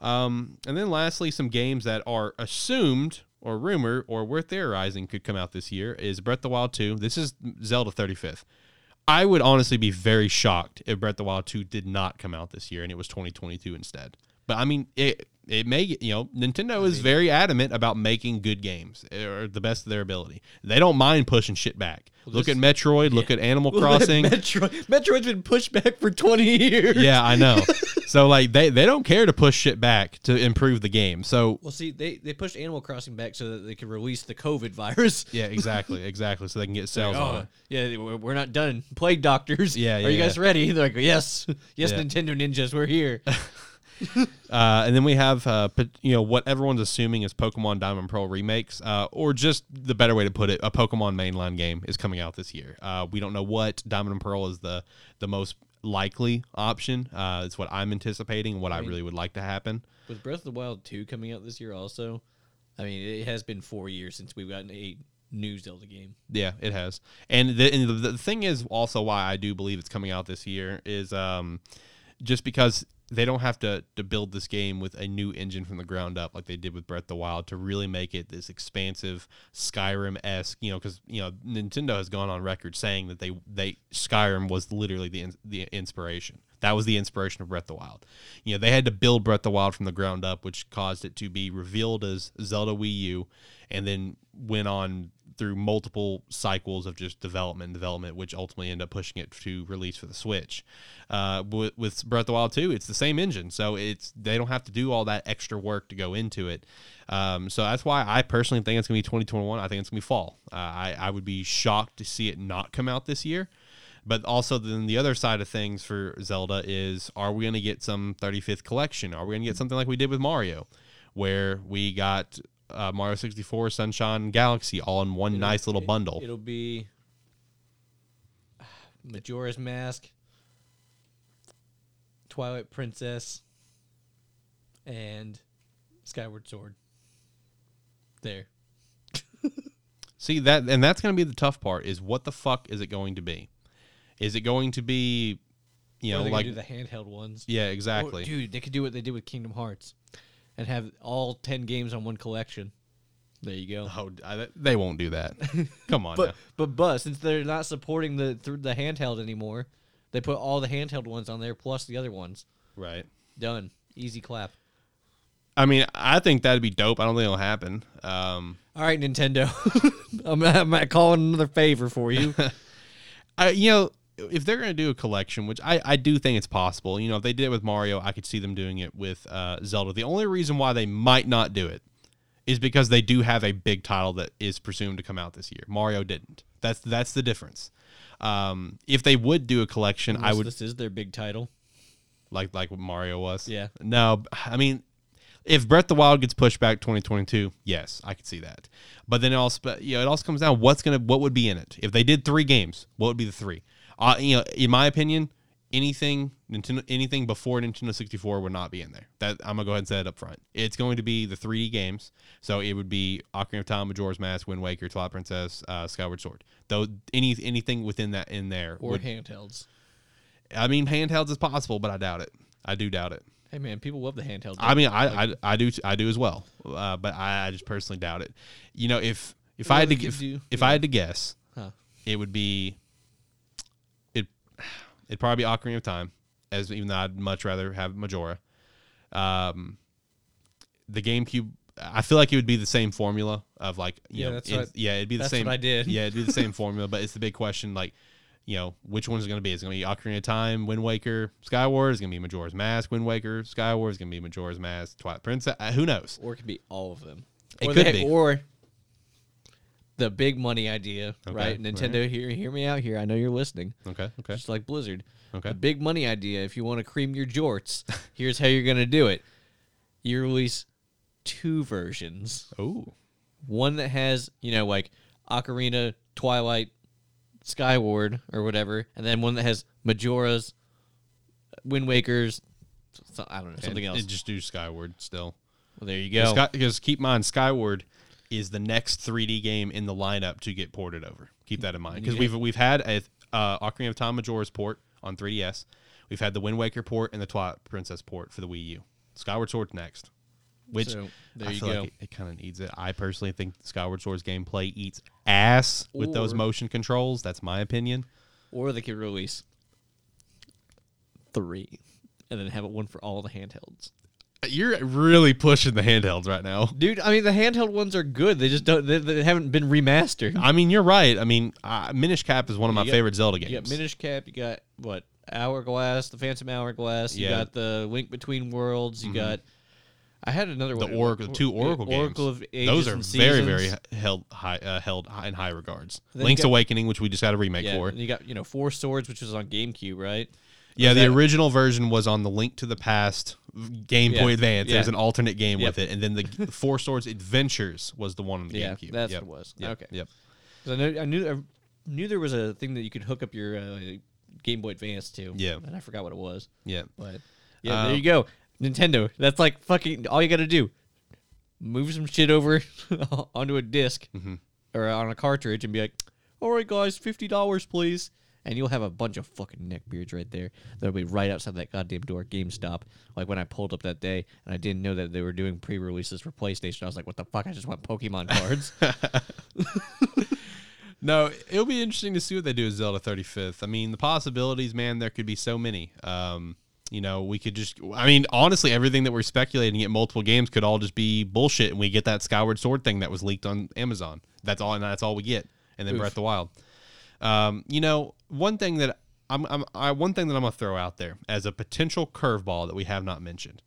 Um, and then lastly, some games that are assumed or rumored or we're theorizing could come out this year is Breath of the Wild 2. This is Zelda 35th. I would honestly be very shocked if Breath of the Wild 2 did not come out this year and it was 2022 instead. But I mean, it it may you know Nintendo is very adamant about making good games eh, or the best of their ability. They don't mind pushing shit back. look this- at Metroid. Look at Animal Crossing. Metroid, Metroid's been pushed back for 20 years. yeah, I know. so like they they don't care to push shit back to improve the game. So Well, see, they, they pushed Animal Crossing back so that they could release the COVID virus. yeah, exactly, exactly. So they can get sales on it. Oh, yeah, we're we're not done. Plague doctors. Yeah, yeah, Are you yeah. guys ready? They're like, yes, yes, Yeah. Nintendo ninjas, we're here. Uh, and then we have, uh, pot- you know, what everyone's assuming is Pokemon Diamond Pearl remakes, uh, or just the better way to put it, a Pokemon mainline game is coming out this year. Uh, we don't know what Diamond and Pearl is the the most likely option. Uh, it's what I'm anticipating, what I, really would like to happen. With Breath of the Wild two coming out this year, also, I mean, it has been four years since we've gotten a new Zelda game. Yeah, it has. And the, and the, the thing is also why I do believe it's coming out this year is um, just because they don't have to, to build this game with a new engine from the ground up like they did with Breath of the Wild to really make it this expansive Skyrim esque, you know, because you know Nintendo has gone on record saying that they they Skyrim was literally the in, the inspiration. That was the inspiration of Breath of the Wild. You know, they had to build Breath of the Wild from the ground up, which caused it to be revealed as Zelda Wii U, and then went on through multiple cycles of just development and development, which ultimately ended up pushing it to release for the Switch. Uh, with, with Breath of the Wild 2, it's the same engine, so it's they don't have to do all that extra work to go into it. Um, so that's why I personally think it's gonna be 2021. I think it's gonna be fall. Uh, I I would be shocked to see it not come out this year. But also then the other side of things for Zelda is are we going to get some 35th collection? Are we going to get Mm. something like we did with Mario where we got uh, Mario 64, Sunshine, Galaxy all in one nice little bundle? It'll be Majora's Mask, Twilight Princess, and Skyward Sword. There. See that, and that's going to be the tough part: is what the fuck is it going to be? Is it going to be, you Or know, they like do the handheld ones. yeah, Or, exactly, dude, they could do what they did with Kingdom Hearts, and have all ten games on one collection. There you go. Oh, I, they won't do that. Come on, But now. but but since they're not supporting the through the handheld anymore, they put all the handheld ones on there plus the other ones. right? Done. Easy clap. I mean, I think that'd be dope. I don't think it'll happen. Um, All right, Nintendo. I'm, I'm calling another favor for you. I, you know, if they're going to do a collection, which I, I do think it's possible, you know, if they did it with Mario, I could see them doing it with uh, Zelda. The only reason why they might not do it is because they do have a big title that is presumed to come out this year. Mario didn't. That's that's the difference. Um, if they would do a collection, I would This is their big title. like like what Mario was. Yeah. No, b- I mean, if Breath of the Wild gets pushed back 2022, yes, I could see that. But then it also, you know, it also comes down what's gonna what would be in it if they did three games. What would be the three? Uh, you know, in my opinion, anything Nintendo, anything before Nintendo 64 would not be in there. That I'm gonna go ahead and say it up front. It's going to be the three games. So it would be Ocarina of Time, Majora's Mask, Wind Waker, Twilight Princess, uh, Skyward Sword. Though any anything within that in there or would- handhelds. I mean, handhelds is possible, but I doubt it. I do doubt it. Hey man, people love the handheld. I mean, I, I, I do I do as well, uh, but I, I just personally doubt it. You know, if if I had to they could if, do- if I had to guess, Huh. it would be it it'd probably be Ocarina of Time, as even though I'd much rather have Majora. Um, the GameCube. I feel like it would be the same formula of like you Yeah, know that's it- what- yeah it'd be the that's same what I did. yeah it'd be the same formula but it's the big question like you know which one's going to be it's going to be Ocarina of Time Wind Waker Skyward it's going to be Majora's Mask Wind Waker Skyward it's going to be Majora's Mask Twilight Princess uh, who knows or it could be all of them. It or could they- be. Or the big money idea, Okay, right? Nintendo, hear hear me out here. I know you're listening. okay okay Just like Blizzard. Okay. The big money idea. If you want to cream your jorts, here's how you're gonna do it. You release two versions. oh One that has you know like Ocarina, Twilight, Skyward, or whatever, and then one that has Majora's, Wind Waker's. so- I don't know something else. just do Skyward still well, there you go. because keep in mind Skyward is the next 3D game in the lineup to get ported over keep that in mind because Yeah. we've we've had a uh, Ocarina of Time Majora's port on 3DS we've had the Wind Waker port and the Twilight Princess port for the Wii U Skyward Sword's next which So, there I you feel like go. it, kind of needs it. I personally think Skyward Sword's gameplay eats ass with those Or- motion controls. That's my opinion. or they could release three and then have it one for all the handhelds. You're really pushing the handhelds right now. Dude, I mean the handheld ones are good. They just don't they, they haven't been remastered. I mean, you're right. I mean, uh, Minish Cap is one of my got- favorite Zelda games. You got Minish Cap, you got what? Hourglass, the Phantom Hourglass, you Yeah. got the Link Between Worlds, you got I had another the one. Oracle, the two Or- Oracle games. Oracle of Ages Those are and very, very Seasons. h- held high, uh, held high in high regards. Then you Link's got- Awakening, which we just had a remake yeah, for. and you got, you know, Four Swords which was on GameCube, right? Yeah, the that- original version was on the Link to the Past Game Yeah, Boy Advance. There's yeah. an alternate game Yep. with it, and then the g- Four Swords Adventures was the one on the Yeah, GameCube. that's Yep. what it was. Yep. Okay. Yep. 'Cause I know I knew I knew there was a thing that you could hook up your uh, Game Boy Advance to. Yeah. And I forgot what it was. Yeah. But yeah, Uh, there you go. Nintendo. That's like fucking all you got to do. Move some shit over onto a disk or on a cartridge and be like, "All right, guys, fifty dollars, please." And you'll have a bunch of fucking neckbeards right there. That'll be right outside that goddamn door, at GameStop. Like when I pulled up that day and I didn't know that they were doing pre-releases for PlayStation. I was like, "What the fuck? I just want Pokemon cards." No, it'll be interesting to see what they do with Zelda 35th. I mean, the possibilities, man, there could be so many. Um, you know, we could just, I mean, honestly, everything that we're speculating at multiple games could all just be bullshit, and we get that Skyward Sword thing that was leaked on Amazon. That's all, and that's all we get. And then Breath of the Wild. Um, you know, one thing that I'm, I'm I, one thing that I'm gonna throw out there as a potential curveball that we have not mentioned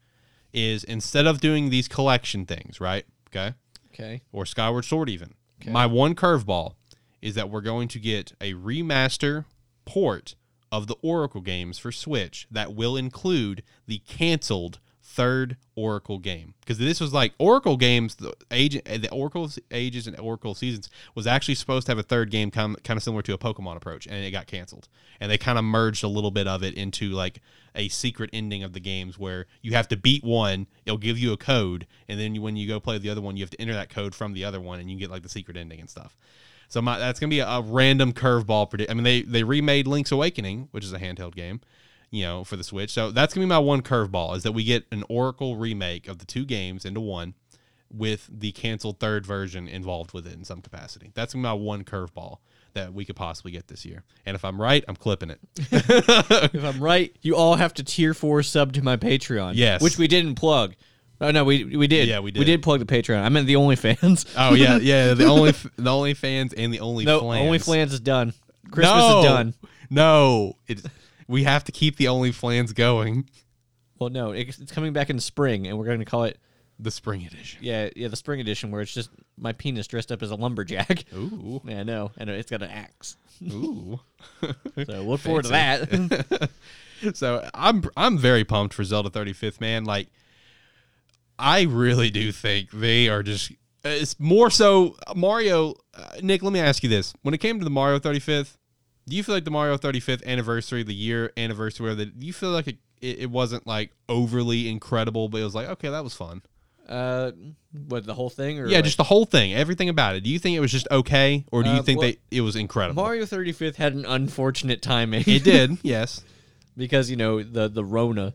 is instead of doing these collection things, right? Okay okay. or Skyward Sword even. My one curveball is that we're going to get a remaster port of the Oracle games for Switch that will include the canceled third Oracle game because this was like Oracle games the age the Oracle ages and Oracle seasons was actually supposed to have a third game kind kind of similar to a Pokemon approach and it got canceled and they kind of merged a little bit of it into like a secret ending of the games where you have to beat one it'll give you a code and then you, when you go play the other one you have to enter that code from the other one and you get like the secret ending and stuff so my, that's gonna be a, a random curveball. Predict. I mean, they they remade Link's Awakening, which is a handheld game, you know, for the Switch. So that's gonna be my one curveball is that we get an Oracle remake of the two games into one, with the canceled third version involved with it in some capacity. That's gonna be my one curveball that we could possibly get this year. And if I'm right, I'm clipping it. If I'm right, you all have to tier four sub to my Patreon. Yes. Which we didn't plug. Oh no, we we did. Yeah, we We did. did plug the Patreon. I meant the OnlyFans. Oh yeah, yeah. The only the only fans and the only no, flans. OnlyFans is done. Christmas No! is done. No, it, we have to keep the only flans going. Well, no, it, it's coming back in the spring, and we're going to call it The spring edition. yeah yeah the spring edition, where it's just my penis dressed up as a lumberjack. Ooh, Yeah, I know, and it's got an axe. oow. So look forward to that. So I'm I'm very pumped for Zelda 35th, man. Like I really do think they are just it's more so Mario uh, Nick, let me ask you this. When it came to the Mario 35th, do you feel like the Mario 35th anniversary, the year anniversary of it, do you feel like it, it, it wasn't like overly incredible, but it was like, okay, that was fun. uh, what the whole thing? Or yeah, like- just the whole thing, everything about it. Do you think it was just okay or do you Uh, think well, they it was incredible? Mario 35th had an unfortunate timing. it did, yes. because you know the the Rona,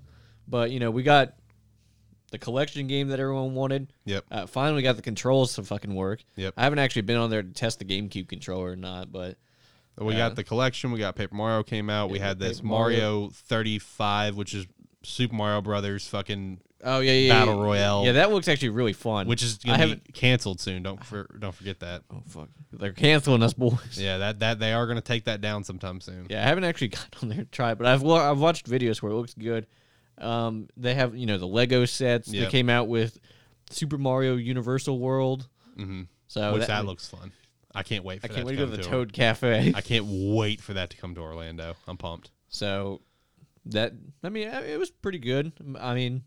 but you know we got the collection game that everyone wanted. Yep. Uh, finally, we got the controls to fucking work. Yep. I haven't actually been on there to test the GameCube controller or not, but We Uh, Yeah. got the collection. We got Paper Mario came out. We Yeah, had this Paper Mario. Mario. 35, which is Super Mario Brothers fucking, oh yeah, yeah, Battle yeah. Royale. Yeah, that looks actually really fun. which is I gonna be haven't- canceled soon. Don't for, don't forget that. oh fuck, they're canceling us, boys. Yeah, that that they are gonna take that down sometime soon. Yeah, I haven't actually got on there to try, it, but I've wa- I've watched videos where it looks good. Um, they have you know the Lego sets. They Yep. came out with Super Mario Universal World. hmm So which that, looks fun. I can't wait. For I can't that wait to to go come to to the Or- Toad Cafe. I can't wait for that to come to Orlando. I'm pumped. So that I mean I- it was pretty good. I mean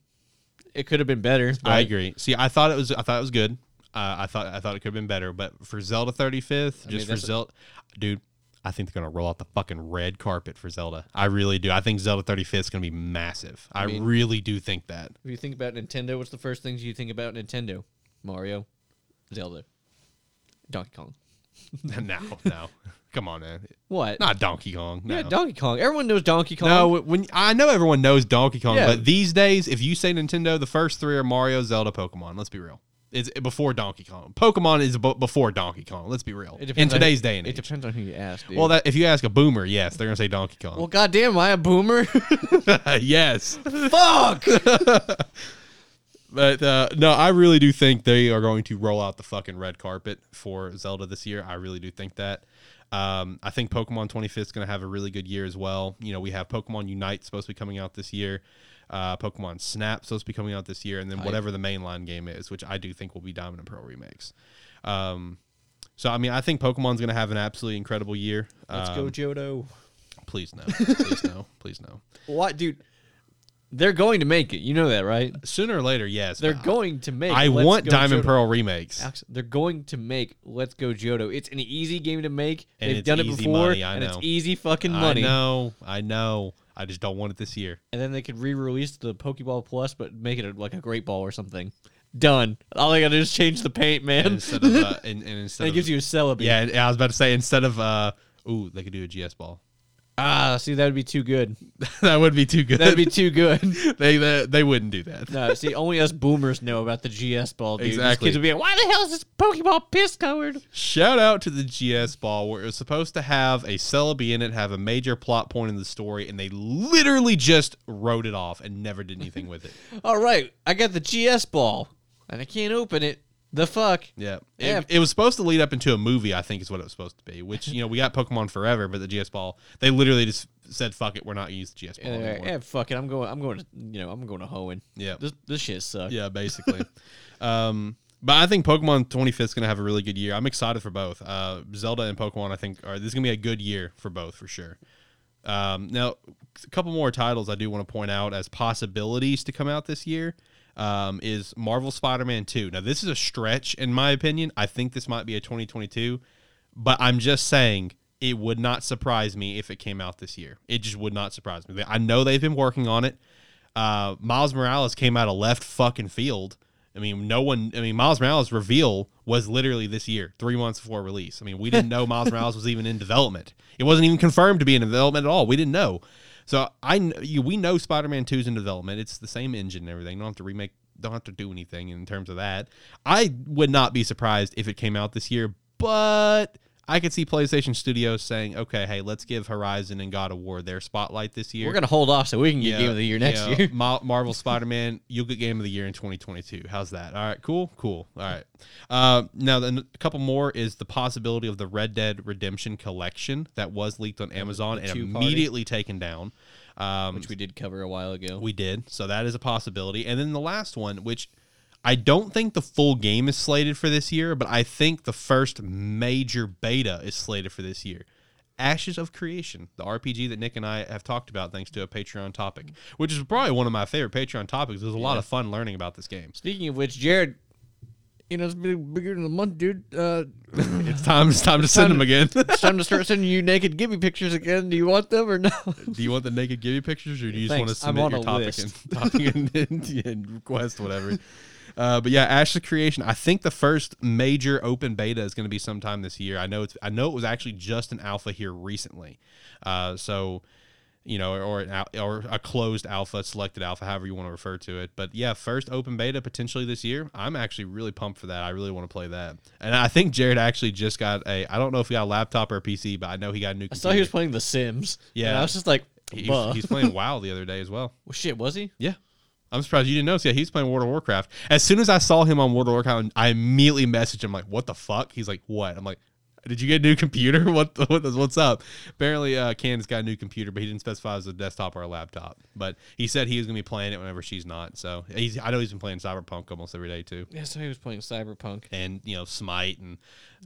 it could have been better. I but agree. See, I thought it was I thought it was good. Uh, I thought I thought it could have been better, but for Zelda 35th, mean, just for that's a- Zelda, dude, I think they're gonna roll out the fucking red carpet for Zelda. I really do. I think Zelda 35th is gonna be massive. I, mean- really do think that. If you think about Nintendo, what's the first things you think about Nintendo? Mario, Zelda, Donkey Kong. no, no, come on, man, What? not Donkey Kong. No. Yeah, Donkey Kong. Everyone knows Donkey Kong. no, when I know everyone knows Donkey Kong, Yeah. but these days, if you say Nintendo, the first three are Mario, Zelda, Pokemon. Let's be real. It's before Donkey Kong. Pokemon is b- before Donkey Kong. Let's be real. It In depends on- today's day and it age. depends on who you ask. Dude. Well, that if you ask a boomer, yes, they're gonna say Donkey Kong. well, goddamn, am I a boomer? yes, Fuck. but uh, no, I really do think they are going to roll out the fucking red carpet for Zelda this year. I really do think that. Um, I think Pokemon 25th is going to have a really good year as well. You know, we have Pokemon Unite supposed to be coming out this year, uh, Pokemon Snap supposed to be coming out this year, and then whatever the mainline game is, which I do think will be Diamond and Pearl remakes. Um, so I mean, I think Pokemon's going to have an absolutely incredible year. Let's go, Um, Jodo. Please no, please no, please no. What, dude? They're going to make it. You know that, right? Sooner or later, yes. They're but I- going to make. uh, I Let's want Go Diamond Johto. Pearl remakes. Alex, they're going to make Let's Go Johto. It's an easy game to make. And They've it's done it easy before, money, I and it's know. easy fucking money. I know, I know. I just don't want it this year. And then they could re-release the Pokeball Plus, but make it a, like a Great Ball or something. Done. All they gotta do is change the paint, man. And And, instead of, uh, and, and instead it of- gives you a Celebi. yeah, and I was about to say instead of uh, ooh, they could do a GS ball. Ah, see, that would be too good. that would be too good. That'd be too good. they, they they wouldn't do that. No, see, only us boomers know about the GS ball, dude. These Exactly. kids would be like, why the hell is this Pokeball piss colored? Shout out to the GS ball where it was supposed to have a Celebi in it, have a major plot point in the story, and they literally just wrote it off and never did anything with it. All right, I got the GS ball, and I can't open it. The fuck? Yeah. It, Yeah. it was supposed to lead up into a movie, I think is what it was supposed to be, which, you know, we got Pokemon Forever, but the GS Ball, they literally just said, fuck it, we're not using the GS Ball And they're like, anymore. eh, fuck it. I'm going. I'm going to. You know, I'm going to Hoenn. Yeah. This this shit sucks. Yeah, basically. um, but I think Pokemon 25th is going to have a really good year. I'm excited for both. Uh, Zelda and Pokemon, I think, are this is going to be a good year for both for sure. Um, now, a couple more titles I do want to point out as possibilities to come out this year um, is Marvel Spider Man 2. Now, this is a stretch, in my opinion. I think this might be a 2022, but I'm just saying it would not surprise me if it came out this year. It just would not surprise me. I know they've been working on it. Uh, Miles Morales came out of left fucking field. I mean, no one. I mean, Miles Morales' reveal was literally this year, three months before release. I mean, we didn't know Miles Morales was even in development. It wasn't even confirmed to be in development at all. We didn't know. So I, kn- you, we know Spider-Man 2's in development. It's the same engine and everything. Don't have to remake. Don't have to do anything in terms of that. I would not be surprised if it came out this year, but I could see PlayStation Studios saying, "Okay, hey, let's give Horizon and God of War their spotlight this year." We're gonna hold off so we can get Yeah, game of the year next yeah. year. Ma- Marvel Spider Man, you'll get Game of the Year in 2022. How's that? All right, cool, cool. All right. Uh, now, then a couple more is the possibility of the Red Dead Redemption collection that was leaked on Amazon and two party. immediately taken down. Um, Which we did cover a while ago. we did. So that is a possibility. And then the last one, which I don't think the full game is slated for this year, but I think the first major beta is slated for this year. Ashes of Creation, the RPG that Nick and I have talked about thanks to a Patreon topic, which is probably one of my favorite Patreon topics. It was a lot of fun learning about this game. Speaking of which, Jared, you know it's been bigger than a month, dude. Uh, It's time it's time to send them again. it's time to start sending you naked gibby pictures again. Do you want them or no? do you want the naked gibby pictures or do you just want to Thanks, I'm submit on your topic a list. and, topic and, and- and request whatever uh, but yeah ashley creation i think the first major open beta is going to be sometime this year i know it's i know it was actually just an alpha here recently uh, so you know or an, al- or a closed alpha selected alpha however you want to refer to it but yeah first open beta potentially this year i'm actually really pumped for that i really want to play that and i think jared actually just got a i don't know if he got a laptop or a pc but i know he got a new I computer. saw he was playing The Sims. and Yeah. I was just like, He- he "Buh." was- he's playing WoW the other day as well. Well, shit, was he? Yeah. I'm surprised you didn't notice. Yeah, he's playing World of Warcraft. As soon as I saw him on World of Warcraft, I immediately messaged him like, "What the fuck?" He's like, "What?" I'm like, "Did you get a new computer? What, the, what the- what's up?" Apparently, uh, Candace got a new computer, but he didn't specify it was a desktop or a laptop. But he said he was gonna be playing it whenever she's not. So he's, I know he's been playing Cyberpunk almost every day too, Yeah, so he was playing Cyberpunk. and you know Smite and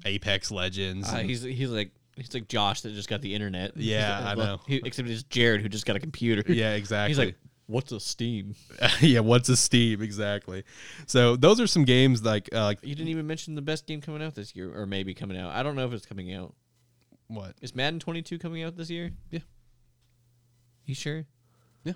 Apex Legends. Uh, and- he's he's like he's like Josh that just got the internet. Yeah, He's I like- know. He, except it's Jared who just got a computer. yeah, exactly. He's like, what's a Steam? yeah, what's a Steam exactly? So those are some games like uh, like You didn't even mention the best game coming out this year, or maybe coming out. I don't know if it's coming out. what Is Madden 22 coming out this year? Yeah. You sure? Yeah.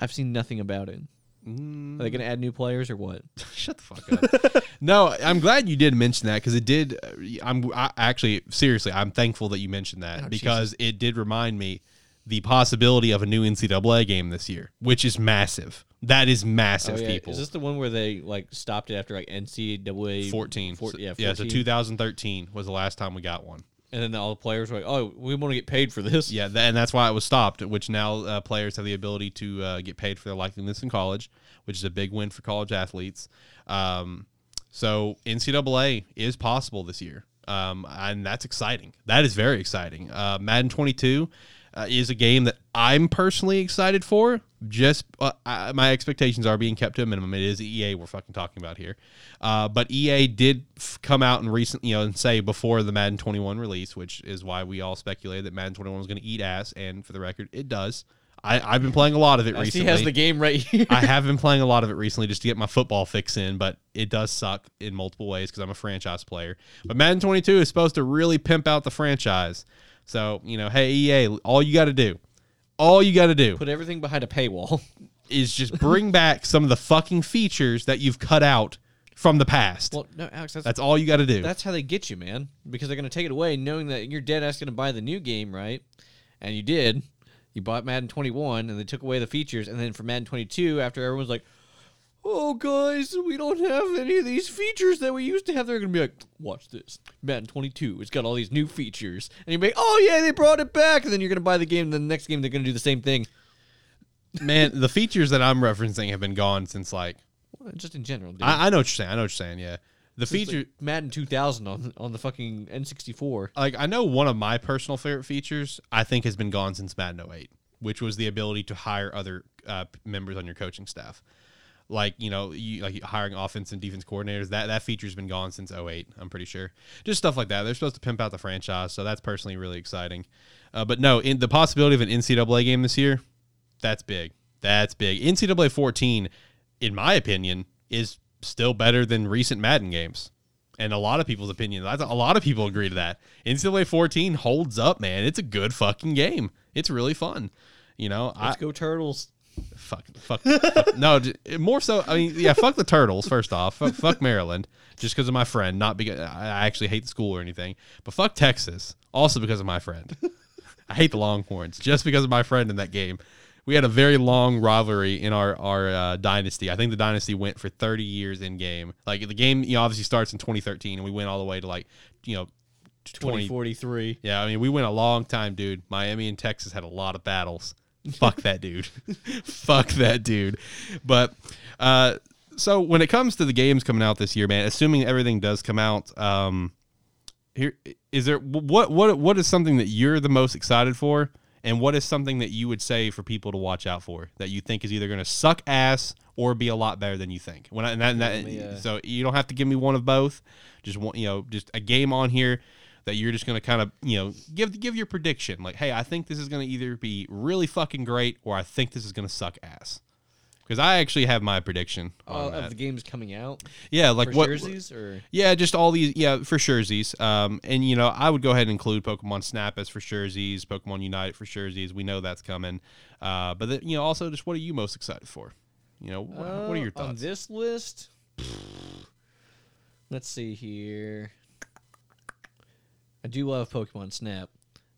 I've seen nothing about it. Are they going to add new players or what? Shut the fuck up. no, I'm glad you did mention that because it did. uh, I'm I, actually seriously, I'm thankful that you mentioned Oh, that because it did remind me the possibility of a new NCAA game this year, which is massive. That is Oh, massive, people. Is this the one where they like stopped it after like NCAA 14. Four- So- yeah, 14. yeah. So 2013 was the last time we got one. and then all the players were like, "Oh, we want to get paid for this." Yeah, tha- and that's why it was stopped. Which now uh, players have the ability to uh, get paid for their likeliness in college, which is a big win for college athletes. Um, so NCAA is possible this year, um, and that's exciting. That is very exciting. Uh, Madden 22 uh, is a game that I'm personally excited for. Just uh, I, my expectations are being kept to a minimum. It is EA we're fucking talking about here, uh, but EA did f- come out and recent, you know, and say before the Madden 21 release, which is why we all speculated that Madden 21 was going to eat ass. And for the record, it does. I, I've been playing a lot of it I see recently. he has the game right here. I have been playing a lot of it recently just to get my football fix in, but it does suck in multiple ways because I'm a franchise player. But Madden 22 is supposed to really pimp out the franchise. So, you know, hey, EA, all you got to do, all you got to do Put everything behind a paywall. is just bring back some of the fucking features that you've cut out from the past. Well, no, Alex, that's That's all you got to do. that's how they get you, man. Because they're gonna take it away, knowing that you're dead ass gonna buy the new game, right? And you did. You bought Madden 21, and they took away the features. And then for Madden 22, after everyone's like, "Oh, guys, we don't have any of these features that we used to have," they're gonna be like, "Watch this, Madden 22. It's got all these new features." And you're like, "Oh yeah, they brought it back." And then you're gonna buy the game. And then the next game, they're gonna do the same thing. Man, the features that I'm referencing have been gone since like Well, Just in general, dude. I, I know what you're saying. I know what you're saying. Yeah, the It's feature like Madden 2000 on on the fucking N64. like I know one of my personal favorite features I think has been oh gone since Madden 08, which was the ability to hire other uh, members on your coaching staff. like you know you, like hiring offense and defense coordinators that that feature's been gone since 08 i'm pretty sure just stuff like that they're supposed to pimp out the franchise so that's personally really exciting uh, but no in the possibility of an ncaa game this year that's big that's big ncaa 14 in my opinion is still better than recent madden games and a lot of people's opinions I, a lot of people agree to that ncaa 14 holds up man it's a good fucking game it's really fun you know I, Let's go turtles. fuck, fuck, fuck. no, j- more so. I mean, yeah, fuck the turtles. First off, fuck, fuck Maryland, just because of my friend. Not because I I actually hate the school or anything, but fuck Texas, also because of my friend. I hate the Longhorns just because of my friend in that game. We had a very long rivalry in our our uh, dynasty. I think the dynasty went for 30 years in game. Like the game, you know, obviously starts in 2013, and we went all the way to like, you know, 20, 2043. yeah, I mean, we went a long time, dude. Miami and Texas had a lot of battles. Fuck that dude. Fuck that dude. But uh, so when it comes to the games coming out this year, man, assuming everything does come out, um, here is there what what what is something that you're the most excited for, and what is something that you would say for people to watch out for that you think is either going to suck ass or be a lot better than you think? When I, and that, and that- me, uh, so you don't have to give me one of both. Just one, you know, just a game on here that you're just going to kind of you know give give your prediction like, hey, I think this is going to either be really fucking great or I think this is going to suck ass. Because I actually have my prediction on All that. Oh, of the games coming out yeah, like for what? jerseys or Yeah, just all these. Yeah, for surezies. Um, and you know, I would go ahead and include Pokemon Snap as for surezies, Pokemon Unite for surezies. We know that's coming. Uh, but then, you know, also just what are you most excited for? You know, wh- what are Uh, your on thoughts? this list? Let's see here. I do love Pokemon Snap.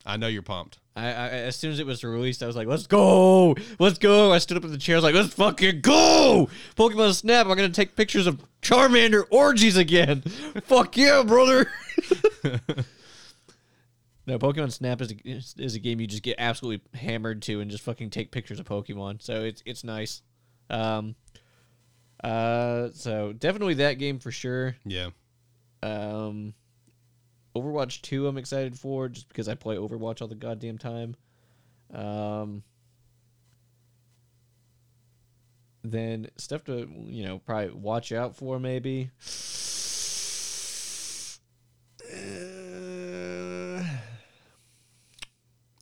I know you're pumped. I, I as soon as it was released, I was like, "Let's go, let's go!" I stood up in the chair, I was like, "Let's fucking go!" Pokemon Snap. I'm gonna take pictures of Charmander orgies again. Fuck yeah, brother! No, Pokemon Snap is a, It's- It's a game you just get absolutely hammered to and just fucking take pictures of Pokemon. So it's it's nice. Um, uh, so definitely that game for sure. Yeah. Um, Overwatch 2, I'm excited for just because I play Overwatch all the goddamn time. Um, then stuff to, you know, probably watch out for maybe.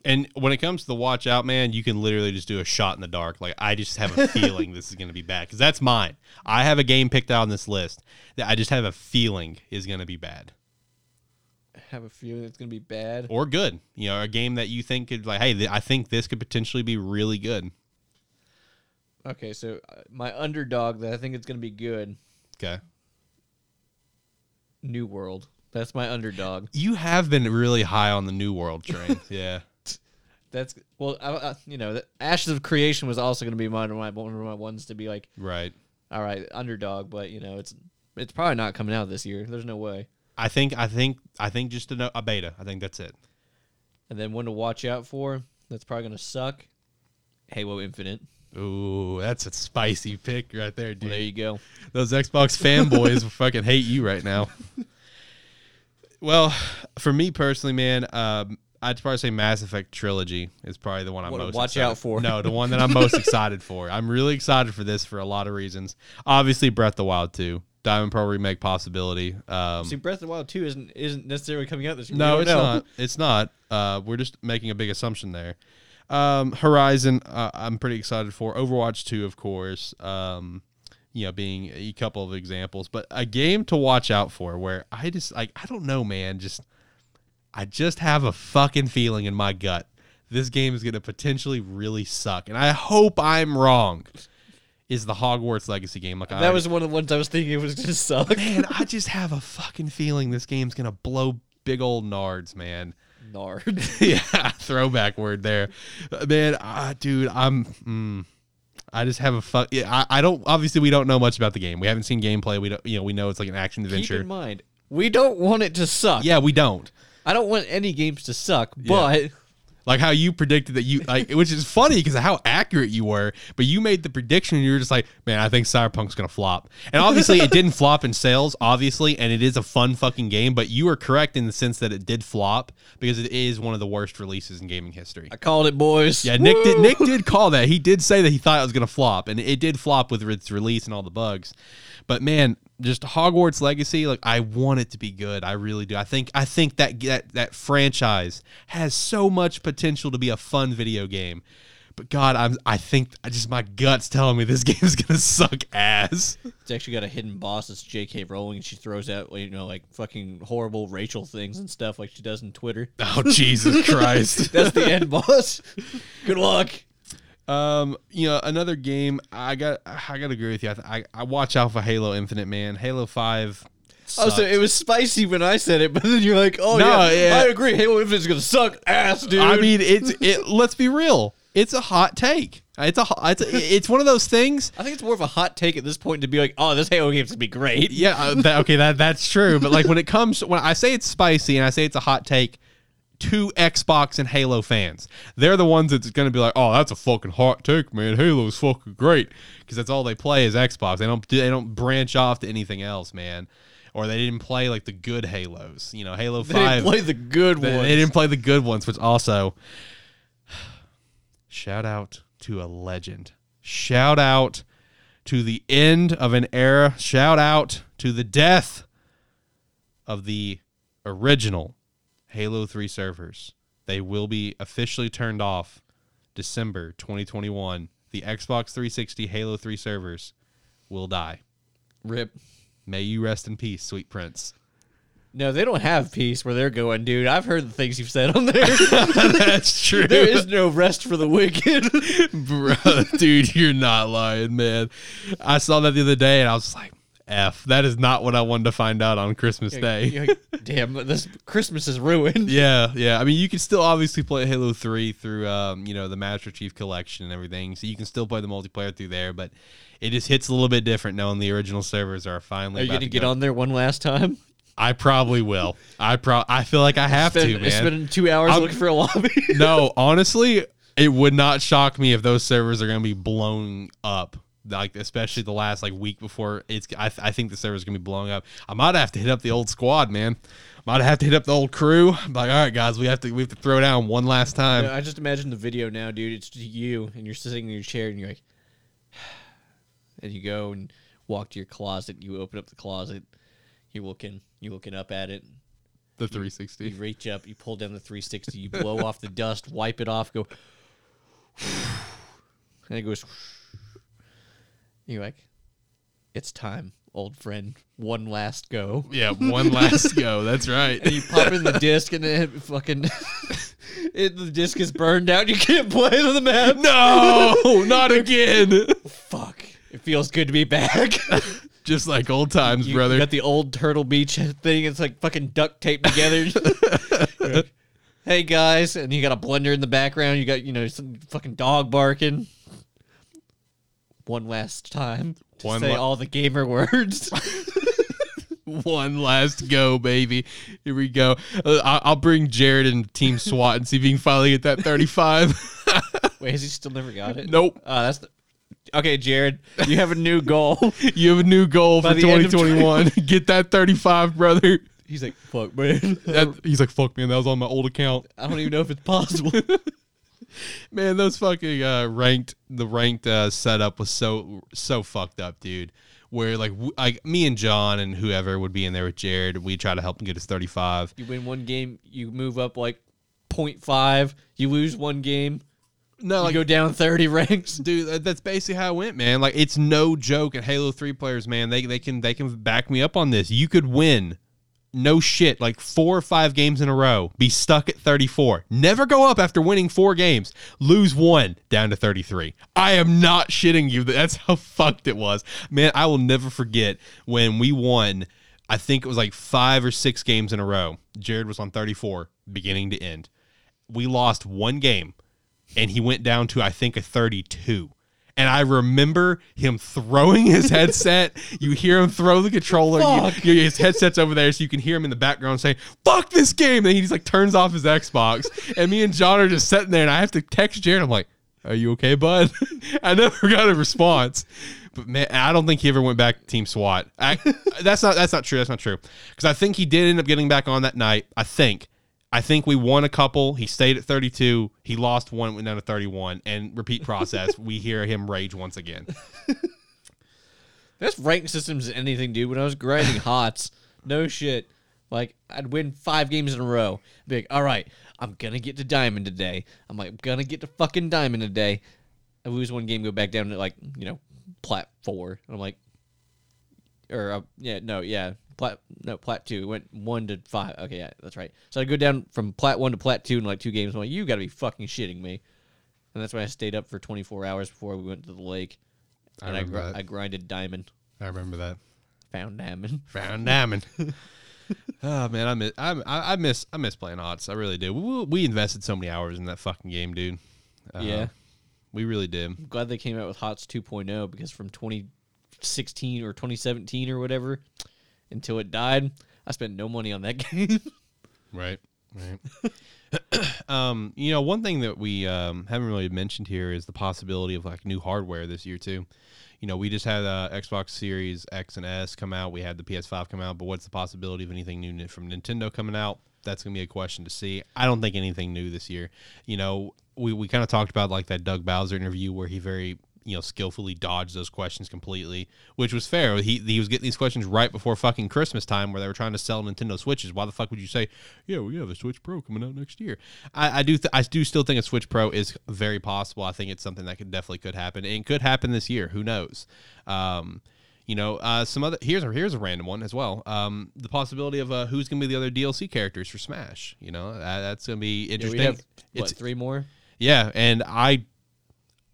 And when it comes to the watch out, man, you can literally just do a shot in the dark. Like I just have a feeling this is going to be bad because that's mine. I have a game picked out on this list that I just have a feeling is going to be bad. Have a feeling that's going to be bad. or good. You know, a game that you think could like, hey, th- I think this could potentially be really good. Okay, so uh, my underdog that I think it's going to be good, Okay. New World. That's my underdog. You have been really high on the New World train. yeah. That's well, I, I, you know, the Ashes of Creation was also going to be my one of my- one of my ones to be like, Right. all right, underdog, but you know, it's it's probably not coming out this year. There's no way. I think I think I think just a, no- a beta. I think that's it. And then one to watch out for that's probably gonna suck. Halo Infinite. Ooh, that's a spicy pick right there, dude. Well, there you go. Those Xbox fanboys will fucking hate you right now. Well, for me personally, man, um, I'd probably say Mass Effect trilogy is probably the one I'm What to most watch excited- out for. No, the one that I'm most excited for. I'm really excited for this for a lot of reasons. Obviously, Breath of the Wild 2, Diamond Pearl remake possibility. Um, See, Breath of the Wild Two isn't isn't necessarily coming out this year. no, We it's don't know. not. It's not. Uh, we're just making a big assumption there. Um, Horizon, uh, I'm pretty excited for. Overwatch 2, of course. Um, you know, being a couple of examples, but a game to watch out for where I just like I don't know, man. Just I just have a fucking feeling in my gut this game is gonna potentially really suck, and I hope I'm wrong. Is the Hogwarts Legacy game like I That already- was one of the ones I was thinking it was gonna suck. man? I just have a fucking feeling this game's gonna blow big old nards, man Nard. yeah, throwback word there, Uh, man. ah, dude, I'm. Mm, I just have a fuck. Yeah, I, I don't. Obviously, we don't know much about the game. We haven't seen gameplay. We don't. You know, we know it's like an action Keep adventure. in mind, we don't want it to suck. Yeah, we don't. I don't want any games to suck, Yeah. but Like how you predicted that you like, which is funny because of how accurate you were, but you made the prediction. and You were just like, man, I think Cyberpunk's gonna flop, and obviously it didn't flop in sales, obviously, and it is a fun fucking game. But you were correct in the sense that it did flop because it is one of the worst releases in gaming history. I called it, boys. Yeah, Nick did, Nick did call that. He did say that he thought it was going to flop, and it did flop with its release and all the bugs. But man, just Hogwarts Legacy, like I want it to be good. I really do. I think I think that that that franchise has so much potential to be a fun video game. But God, I'm I think I just my guts telling me this game's going to suck ass. It's actually got a hidden boss. It's J.K. Rowling, and she throws out you know like fucking horrible racial things and stuff like she does in Twitter. Oh Jesus Christ. That's the end boss. Good luck. Um, you know, another game I got I got to agree with you. I, th- I I watch out for Halo Infinite, man. Halo 5 Oh, so sucked. it was spicy when I said it, but then you're like, oh No, yeah, yeah. I agree. Halo Infinite's gonna suck ass, dude. I mean, it's it. Let's be real. It's a hot take. It's a ho- it's a, it's one of those things. I think it's more of a hot take at this point to be like, oh, this Halo game's gonna be great. Yeah. uh, that, okay. That that's true. But like when it comes when I say it's spicy and I say it's a hot take to Xbox and Halo fans, they're the ones that's going to be like, oh, that's a fucking hot take, man. Halo's fucking great because that's all they play is Xbox. They don't they don't branch off to anything else, man. Or they didn't play like the good Halos. You know, Halo They Five. didn't play the good They- one. They didn't play the good ones, which also shout out to a legend. Shout out to the end of an era. Shout out to the death of the original Halo 3 servers. They will be officially turned off December 2021. The Xbox 360 Halo 3 servers will die. Rip. May you rest in peace, sweet prince. No, they don't have peace where they're going, dude. I've heard the things you've said on there. That's true. there is no rest for the wicked. Bro, dude, you're not lying, man. I saw that the other day and I was like, F, that is not what I wanted to find out on Christmas Day. You're like, Damn, this Christmas is ruined. Yeah, yeah. I mean, you can still obviously play Halo 3 through, um, you know, the Master Chief Collection and everything. So you can still play the multiplayer through there, but it just hits a little bit different knowing the original servers are finally. Are you about gonna to get go. on there one last time? I probably will. I pro. I feel like I have Spend- to, man. Spend two hours I'm- looking for a lobby. no, honestly, it would not shock me if those servers are going to be blown up. Like especially the last like week before it's, I, I think the server's gonna be blowing up. I might have to hit up the old squad, man. Might have to hit up the old crew. I'm like, all right, guys, we have to we have to throw down one last time. No, I just imagine the video now, dude. It's just you, and you're sitting in your chair, and you're like, and you go and walk to your closet. You open up the closet. You're looking. You're looking up at it. the You 360. reach up. You pull down the 360. You blow off the dust. Wipe it off. Go. And it goes. And you're like, it's time, old friend. One last go. Yeah, one last go. That's right. And you pop in the disc, and it fucking. It, the disc is burned out. You can't play the map. no, not again. fuck. It feels good to be back. Just like old times, you brother. got the old Turtle Beach thing. It's like fucking duct taped together. You're like, hey guys, and you got a blender in the background. You got you know some fucking dog barking. One last time to One say la- all the gamer words. one last go, baby. Here we go. Uh, I- I'll bring Jared and Team SWAT and see if he can finally get that 35. Wait, has he still never got it? nope. Uh, that's the- okay, Jared. You have a new goal. You have a new goal for By the end of 2021. get that 35, brother. He's like, fuck, man. That- he's like, fuck, man. That was on my old account. I don't even know if it's possible. Man, those fucking uh, ranked the ranked uh, setup was so so fucked up, dude. Where like w- like me and John and whoever would be in there with Jared, we try to help him get his 35. You win one game, you move up like 0.5. You lose one game, No, you go down 30 ranks. dude that- that's basically how it went man like it's no joke and halo 3 players man they, they can they can back me up on this you could win no shit like four or five games in a row be stuck at 34 never go up after winning four games lose one down to 33 i am not shitting you that's how fucked it was man i will never forget when we won i think it was like five or six games in a row jared was on 34 beginning to end we lost one game and he went down to I think a 32. and I remember him throwing his headset. you hear him throw the controller. You- Fuck. you- his headset's over there, so you can hear him in the background saying "fuck this game." And he just like turns off his Xbox, and me and John are just sitting there, and I have to text Jared. I'm like, "Are you okay, bud?" I never got a response. But man, I don't think he ever went back to Team SWAT. I, that's not that's not true. That's not true. Because I think he did end up getting back on that night. I think. I think we won a couple. He stayed at 32. He lost one, went down to 31. And repeat process. we hear him rage once again. That's ranking systems in anything, dude. When I was grinding HOTS, no shit. Like I'd win five games in a row. Be like, all right, I'm gonna get to diamond today. I'm like, I'm gonna get to fucking diamond today. I lose one game, go back down to like, you know, plat four. I'm like, or uh, yeah, no, yeah, plat no plat two. It went one to five. Okay, yeah, that's right. So I go down from plat one to plat two in like two games. I'm like, you gotta be fucking shitting me. And that's why I stayed up for 24 hours before we went to the lake. I And I, remember gr- that. I grinded diamond I remember that. found diamond. Found diamond. oh man, I miss I, I I miss I miss playing odds. I really do. We, we invested so many hours in that fucking game, dude. Uh, Yeah. we really did. I'm glad they came out with HOTS 2.0 because from 2016 or 2017 or whatever until it died, I spent no money on that game. Right. Right. um, you know, one thing that we um, haven't really mentioned here is the possibility of like new hardware this year too. You know, we just had uh, Xbox Series X and S come out. We had the PS5 come out, but what's the possibility of anything new ni- from Nintendo coming out? That's gonna be a question to see. I don't think anything new this year. You know, we, we kind of talked about like that Doug Bowser interview where he very you know skillfully dodged those questions completely, which was fair. He he was getting these questions right before fucking Christmas time, where they were trying to sell Nintendo Switches. Why the fuck would you say, yeah, we have a Switch Pro coming out next year? I, I do th- I do still think a Switch Pro is very possible. I think it's something that could definitely could happen and could happen this year. Who knows? Um, you know, uh, some other here's a here's a random one as well. Um, the possibility of uh, who's gonna be the other DLC characters for Smash. You know, uh, that's gonna be Yeah, interesting. we have what, it's three more? yeah, and I,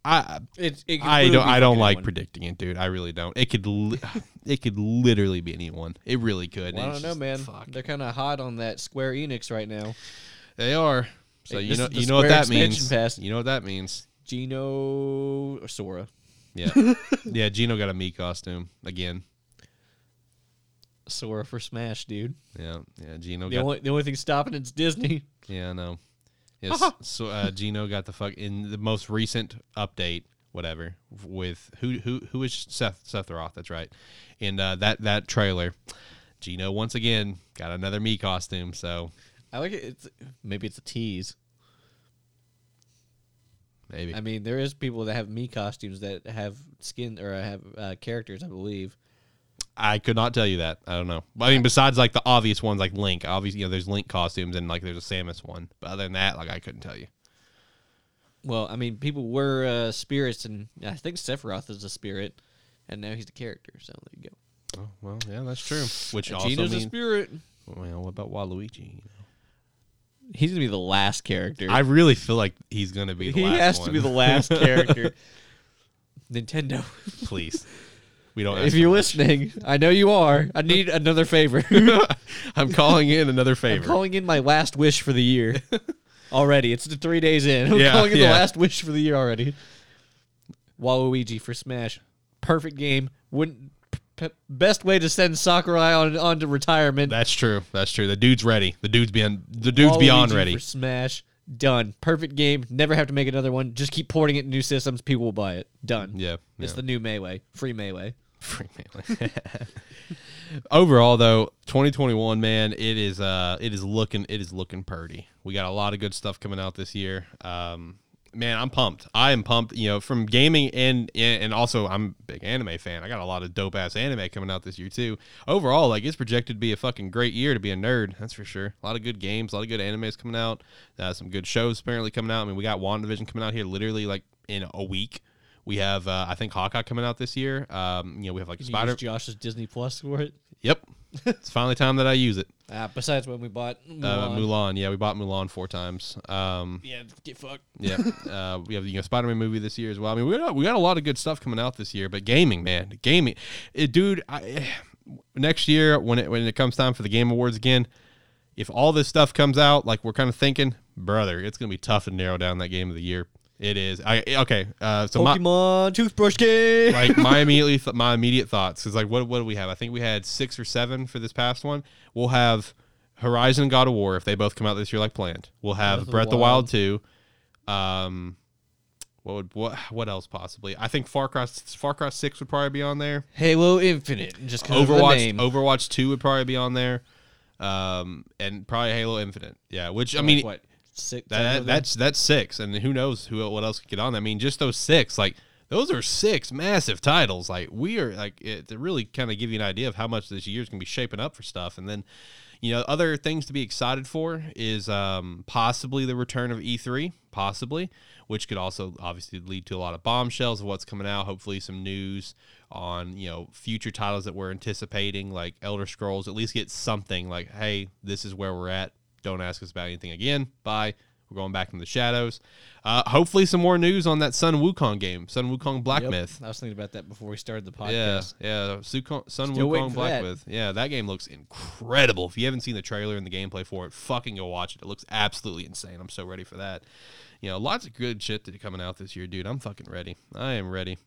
I It's it could I literally don't. be I don't fucking like anyone. predicting it, dude. I really don't. It could. Li- it could literally be anyone. It really could. Well, I It's don't know, just- man. fuck. They're kind of hot on that Square Enix right now. They are. So Hey, you this know. is the You know what Square that expansion means. pass. You know what that means. Gino or Sora. Yeah. yeah. Gino got a me costume again. Sora for Smash, dude. Yeah. Yeah. Gino The got. only the only thing stopping it's Disney. yeah. I know. Yes. so uh, Gino got the fuck in the most recent update. Whatever with who who who is Seth Seth Roth? That's right. And uh, that that trailer, Gino once again got another me costume. So I like it. It's, maybe it's a tease. maybe I mean, there is people that have me costumes that have skin or have uh, characters, I believe. I could not tell you that. I don't know. I mean, besides like the obvious ones, like Link. Obviously, you know, there's Link costumes and like there's a Samus one. But other than that, like I couldn't tell you. Well, I mean, people were uh, spirits, and I think Sephiroth is a spirit, and now he's the character. So there you go. Oh well, yeah, that's true. Which also Gino's a means, spirit. well, what about Waluigi? You He's gonna be the last character. know? I really feel like he's gonna be. The he last has to one. be the last character. Nintendo, Please, we don't. if you're listening, I know you are. I need another favor. I'm calling in another I'm favor. calling in my last wish for the year. Already, it's the three days in. I'm Yeah, calling in yeah. the last wish for the year already. Waluigi for Smash, perfect game. Wouldn't p- p- best way to send Sakurai on onto retirement. that's true. That's true. The dude's ready. The dude's beyond. The dude's beyond Waluigi ready. for Smash. Done. Perfect game. Never have to make another one. Just keep porting it in new systems. People will buy it. Done. yeah, It's yeah. the new Melee. Free Melee. Free melee. Overall, though, 2021, man, it is uh, it is looking it is looking purdy. We got a lot of good stuff coming out this year. Um, man, I'm pumped. I am pumped. You know, from gaming and and also I'm a big anime fan. I got a lot of dope ass anime coming out this year too. Overall, like it's projected to be a fucking great year to be a nerd. That's for sure. A lot of good games, a lot of good animes coming out. Uh, some good shows apparently coming out. I mean, we got Wandavision coming out here literally like in a week. We have, uh, I think, Hawkeye coming out this year. Um, you know, we have like Did Spider. you use Josh's Disney Plus for it? Yep. it's finally time that I use it. Ah, besides when we bought Mulan. Uh, Mulan. Yeah, we bought Mulan four times. Um, Yeah, get fucked. yeah. uh, we have the you know, Spider Man movie this year as well. I mean, we got, we got a lot of good stuff coming out this year, but gaming, man. Gaming. It, dude, I, eh, next year, when it, when it comes time for the Game Awards again, if all this stuff comes out like we're kind of thinking, brother, it's going to be tough to narrow down that game of the year. It is. I okay. Uh, so my, Pokemon toothbrush game. like my immediately th- my immediate thoughts is like what what do we have? I think we had six or seven for this past one. We'll have Horizon and God of War if they both come out this year like planned. We'll have Breath of the Wild two. Um, what would what what else possibly? I think Far Cry Far Cry six would probably be on there. Halo Infinite, just 'cause of the Overwatch oh, name. Overwatch two would probably be on there. Um, and probably Halo Infinite. Yeah, which I Like, mean what six? seven that, of them? that's that's six, and who knows who what else could get on. I mean, just those six, like those are six massive titles. Like we are like it, to really kind of give you an idea of how much this year's gonna be shaping up for stuff, and then you know other things to be excited for is um, possibly the return of E3, possibly, which could also obviously lead to a lot of bombshells of what's coming out. Hopefully, some news on you know future titles that we're anticipating, like Elder Scrolls. At least get something like, hey, this is where we're at. Don't ask us about anything again. Bye. We're going back into the shadows. Uh, hopefully, some more news on that Sun Wukong game, Sun Wukong Black Yep. Myth. I was thinking about that before we started the podcast. Yeah, yeah. Sukon, Sun Still Wukong waiting for Black that. Myth. Yeah, that game looks incredible. If you haven't seen the trailer and the gameplay for it, fucking go watch it. It looks absolutely insane. I'm so ready for that. You know, lots of good shit that are coming out this year, dude. I'm fucking ready. I am ready.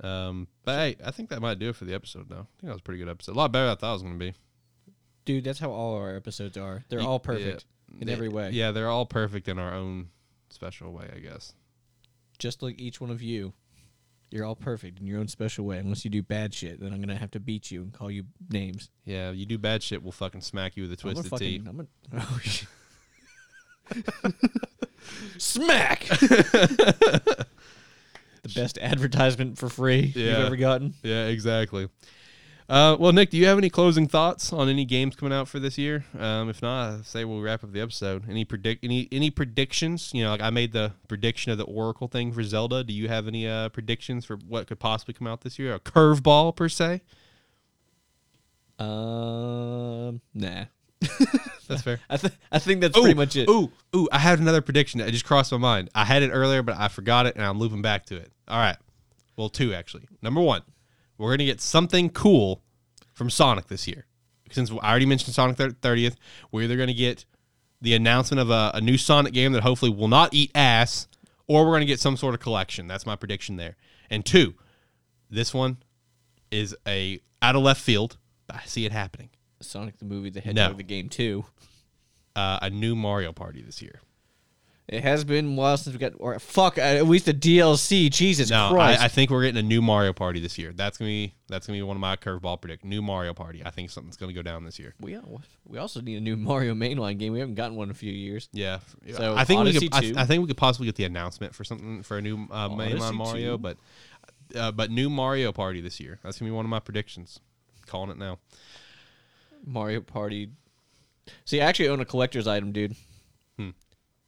Um, but hey, I think that might do it for the episode. Now, I think that was a pretty good episode. A lot better than I thought it was going to be. dude. That's how all our episodes are. They're Y- all yeah. perfect in They- every way. Yeah, they're all perfect in our own special way, I guess. Just like each one of you, you're all perfect in your own special way. Unless you do bad shit, then I'm gonna have to beat you and call you names. Yeah, you do bad shit, we'll fucking smack you with a I'm gonna twisted fucking- tea. I'm gonna- oh, shit. Smack. The best advertisement for free Yeah. you've ever gotten. Yeah, exactly. Uh, well, Nick, do you have any closing thoughts on any games coming out for this year? Um, if not, I say we'll wrap up the episode. Any predict any any predictions? You know, like I made the prediction of the Oracle thing for Zelda. Do you have any uh, predictions for what could possibly come out this year? A curveball per se? Um, nah. That's fair. I, th- I think that's pretty much it. Ooh, ooh, I had another prediction that just crossed my mind. I had it earlier, but I forgot it, and I'm looping back to it. All right. Well, two actually. Number one, we're gonna get something cool from Sonic this year. Since I already mentioned Sonic thirtieth, we're either gonna get the announcement of a, a new Sonic game that hopefully will not eat ass, or we're gonna get some sort of collection. That's my prediction there. And two, this one is a out of left field. But I see it happening. Sonic the movie, the Hedgehog, the game too. Uh, a new Mario Party this year. It has been a while since we got or fuck uh, at least the DLC. Jesus No, Christ! I, I think we're getting a new Mario Party this year. That's gonna be that's gonna be one of my curveball predict. New Mario Party. I think something's gonna go down this year. we we also need a new Mario mainline game. We haven't gotten one in a few years. Yeah, f- So, I think we Odyssey could. I, 2. I think we could possibly get the announcement for something for a new uh, mainline Odyssey Mario, 2. but uh, but new Mario Party this year. That's gonna be one of my predictions. Calling it now. Mario Party. See, I actually own a collector's item, dude. Hmm.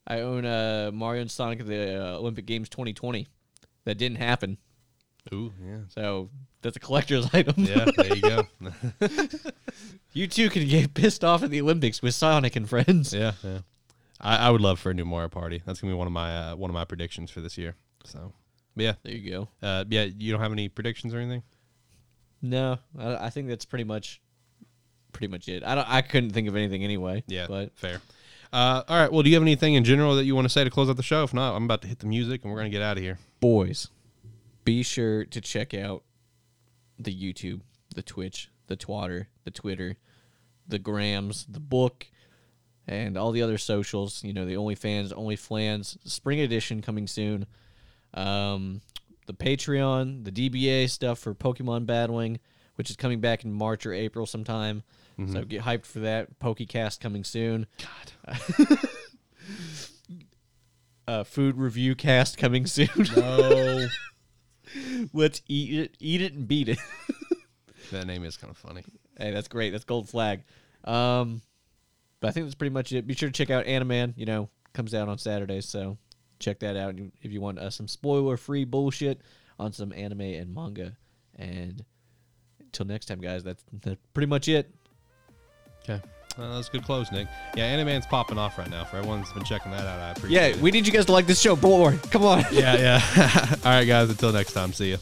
I own uh, Mario and Sonic at the uh, Olympic Games 2020. That didn't happen, Ooh, yeah, so that's a collector's item. yeah. There you go. you too can get pissed off at the Olympics with Sonic and friends. yeah, yeah. I, I would love for a new Mario Party. That's gonna be one of my uh, one of my predictions for this year. So, but yeah, There you go. uh, yeah. You don't have any predictions or anything? No, I, I think that's pretty much, pretty much it. I don't. I couldn't think of anything anyway. Yeah, but fair. Uh, all right. Well, do you have anything in general that you want to say to close out the show? If not, I'm about to hit the music and we're gonna get out of here. boys, be sure to check out the YouTube, the Twitch, the Twatter, the Twitter, the Grams, the book, and all the other socials. You know, the OnlyFans, OnlyFlans, Spring Edition coming soon. Um, the Patreon, the DBA stuff for Pokemon battling, which is coming back in March or April sometime. So get hyped for that. Pokecast coming soon. God. uh, food review cast coming soon. No, Let's eat it, eat it, and beat it. that name is kind of funny. hey, that's great. That's gold flag. Um, but I think that's pretty much it. Be sure to check out Animan. You know, comes out on Saturday, so check that out if you want uh, some spoiler-free bullshit on some anime and manga. And until next time, guys, that's, that's pretty much it. Okay. Uh, that's a good close, Nick. Yeah, Animan's popping off right now. For everyone that's been checking that out, I appreciate Yeah, it. we need you guys to like this show. Boy, come on. yeah, yeah. all right, guys. Until next time. See ya.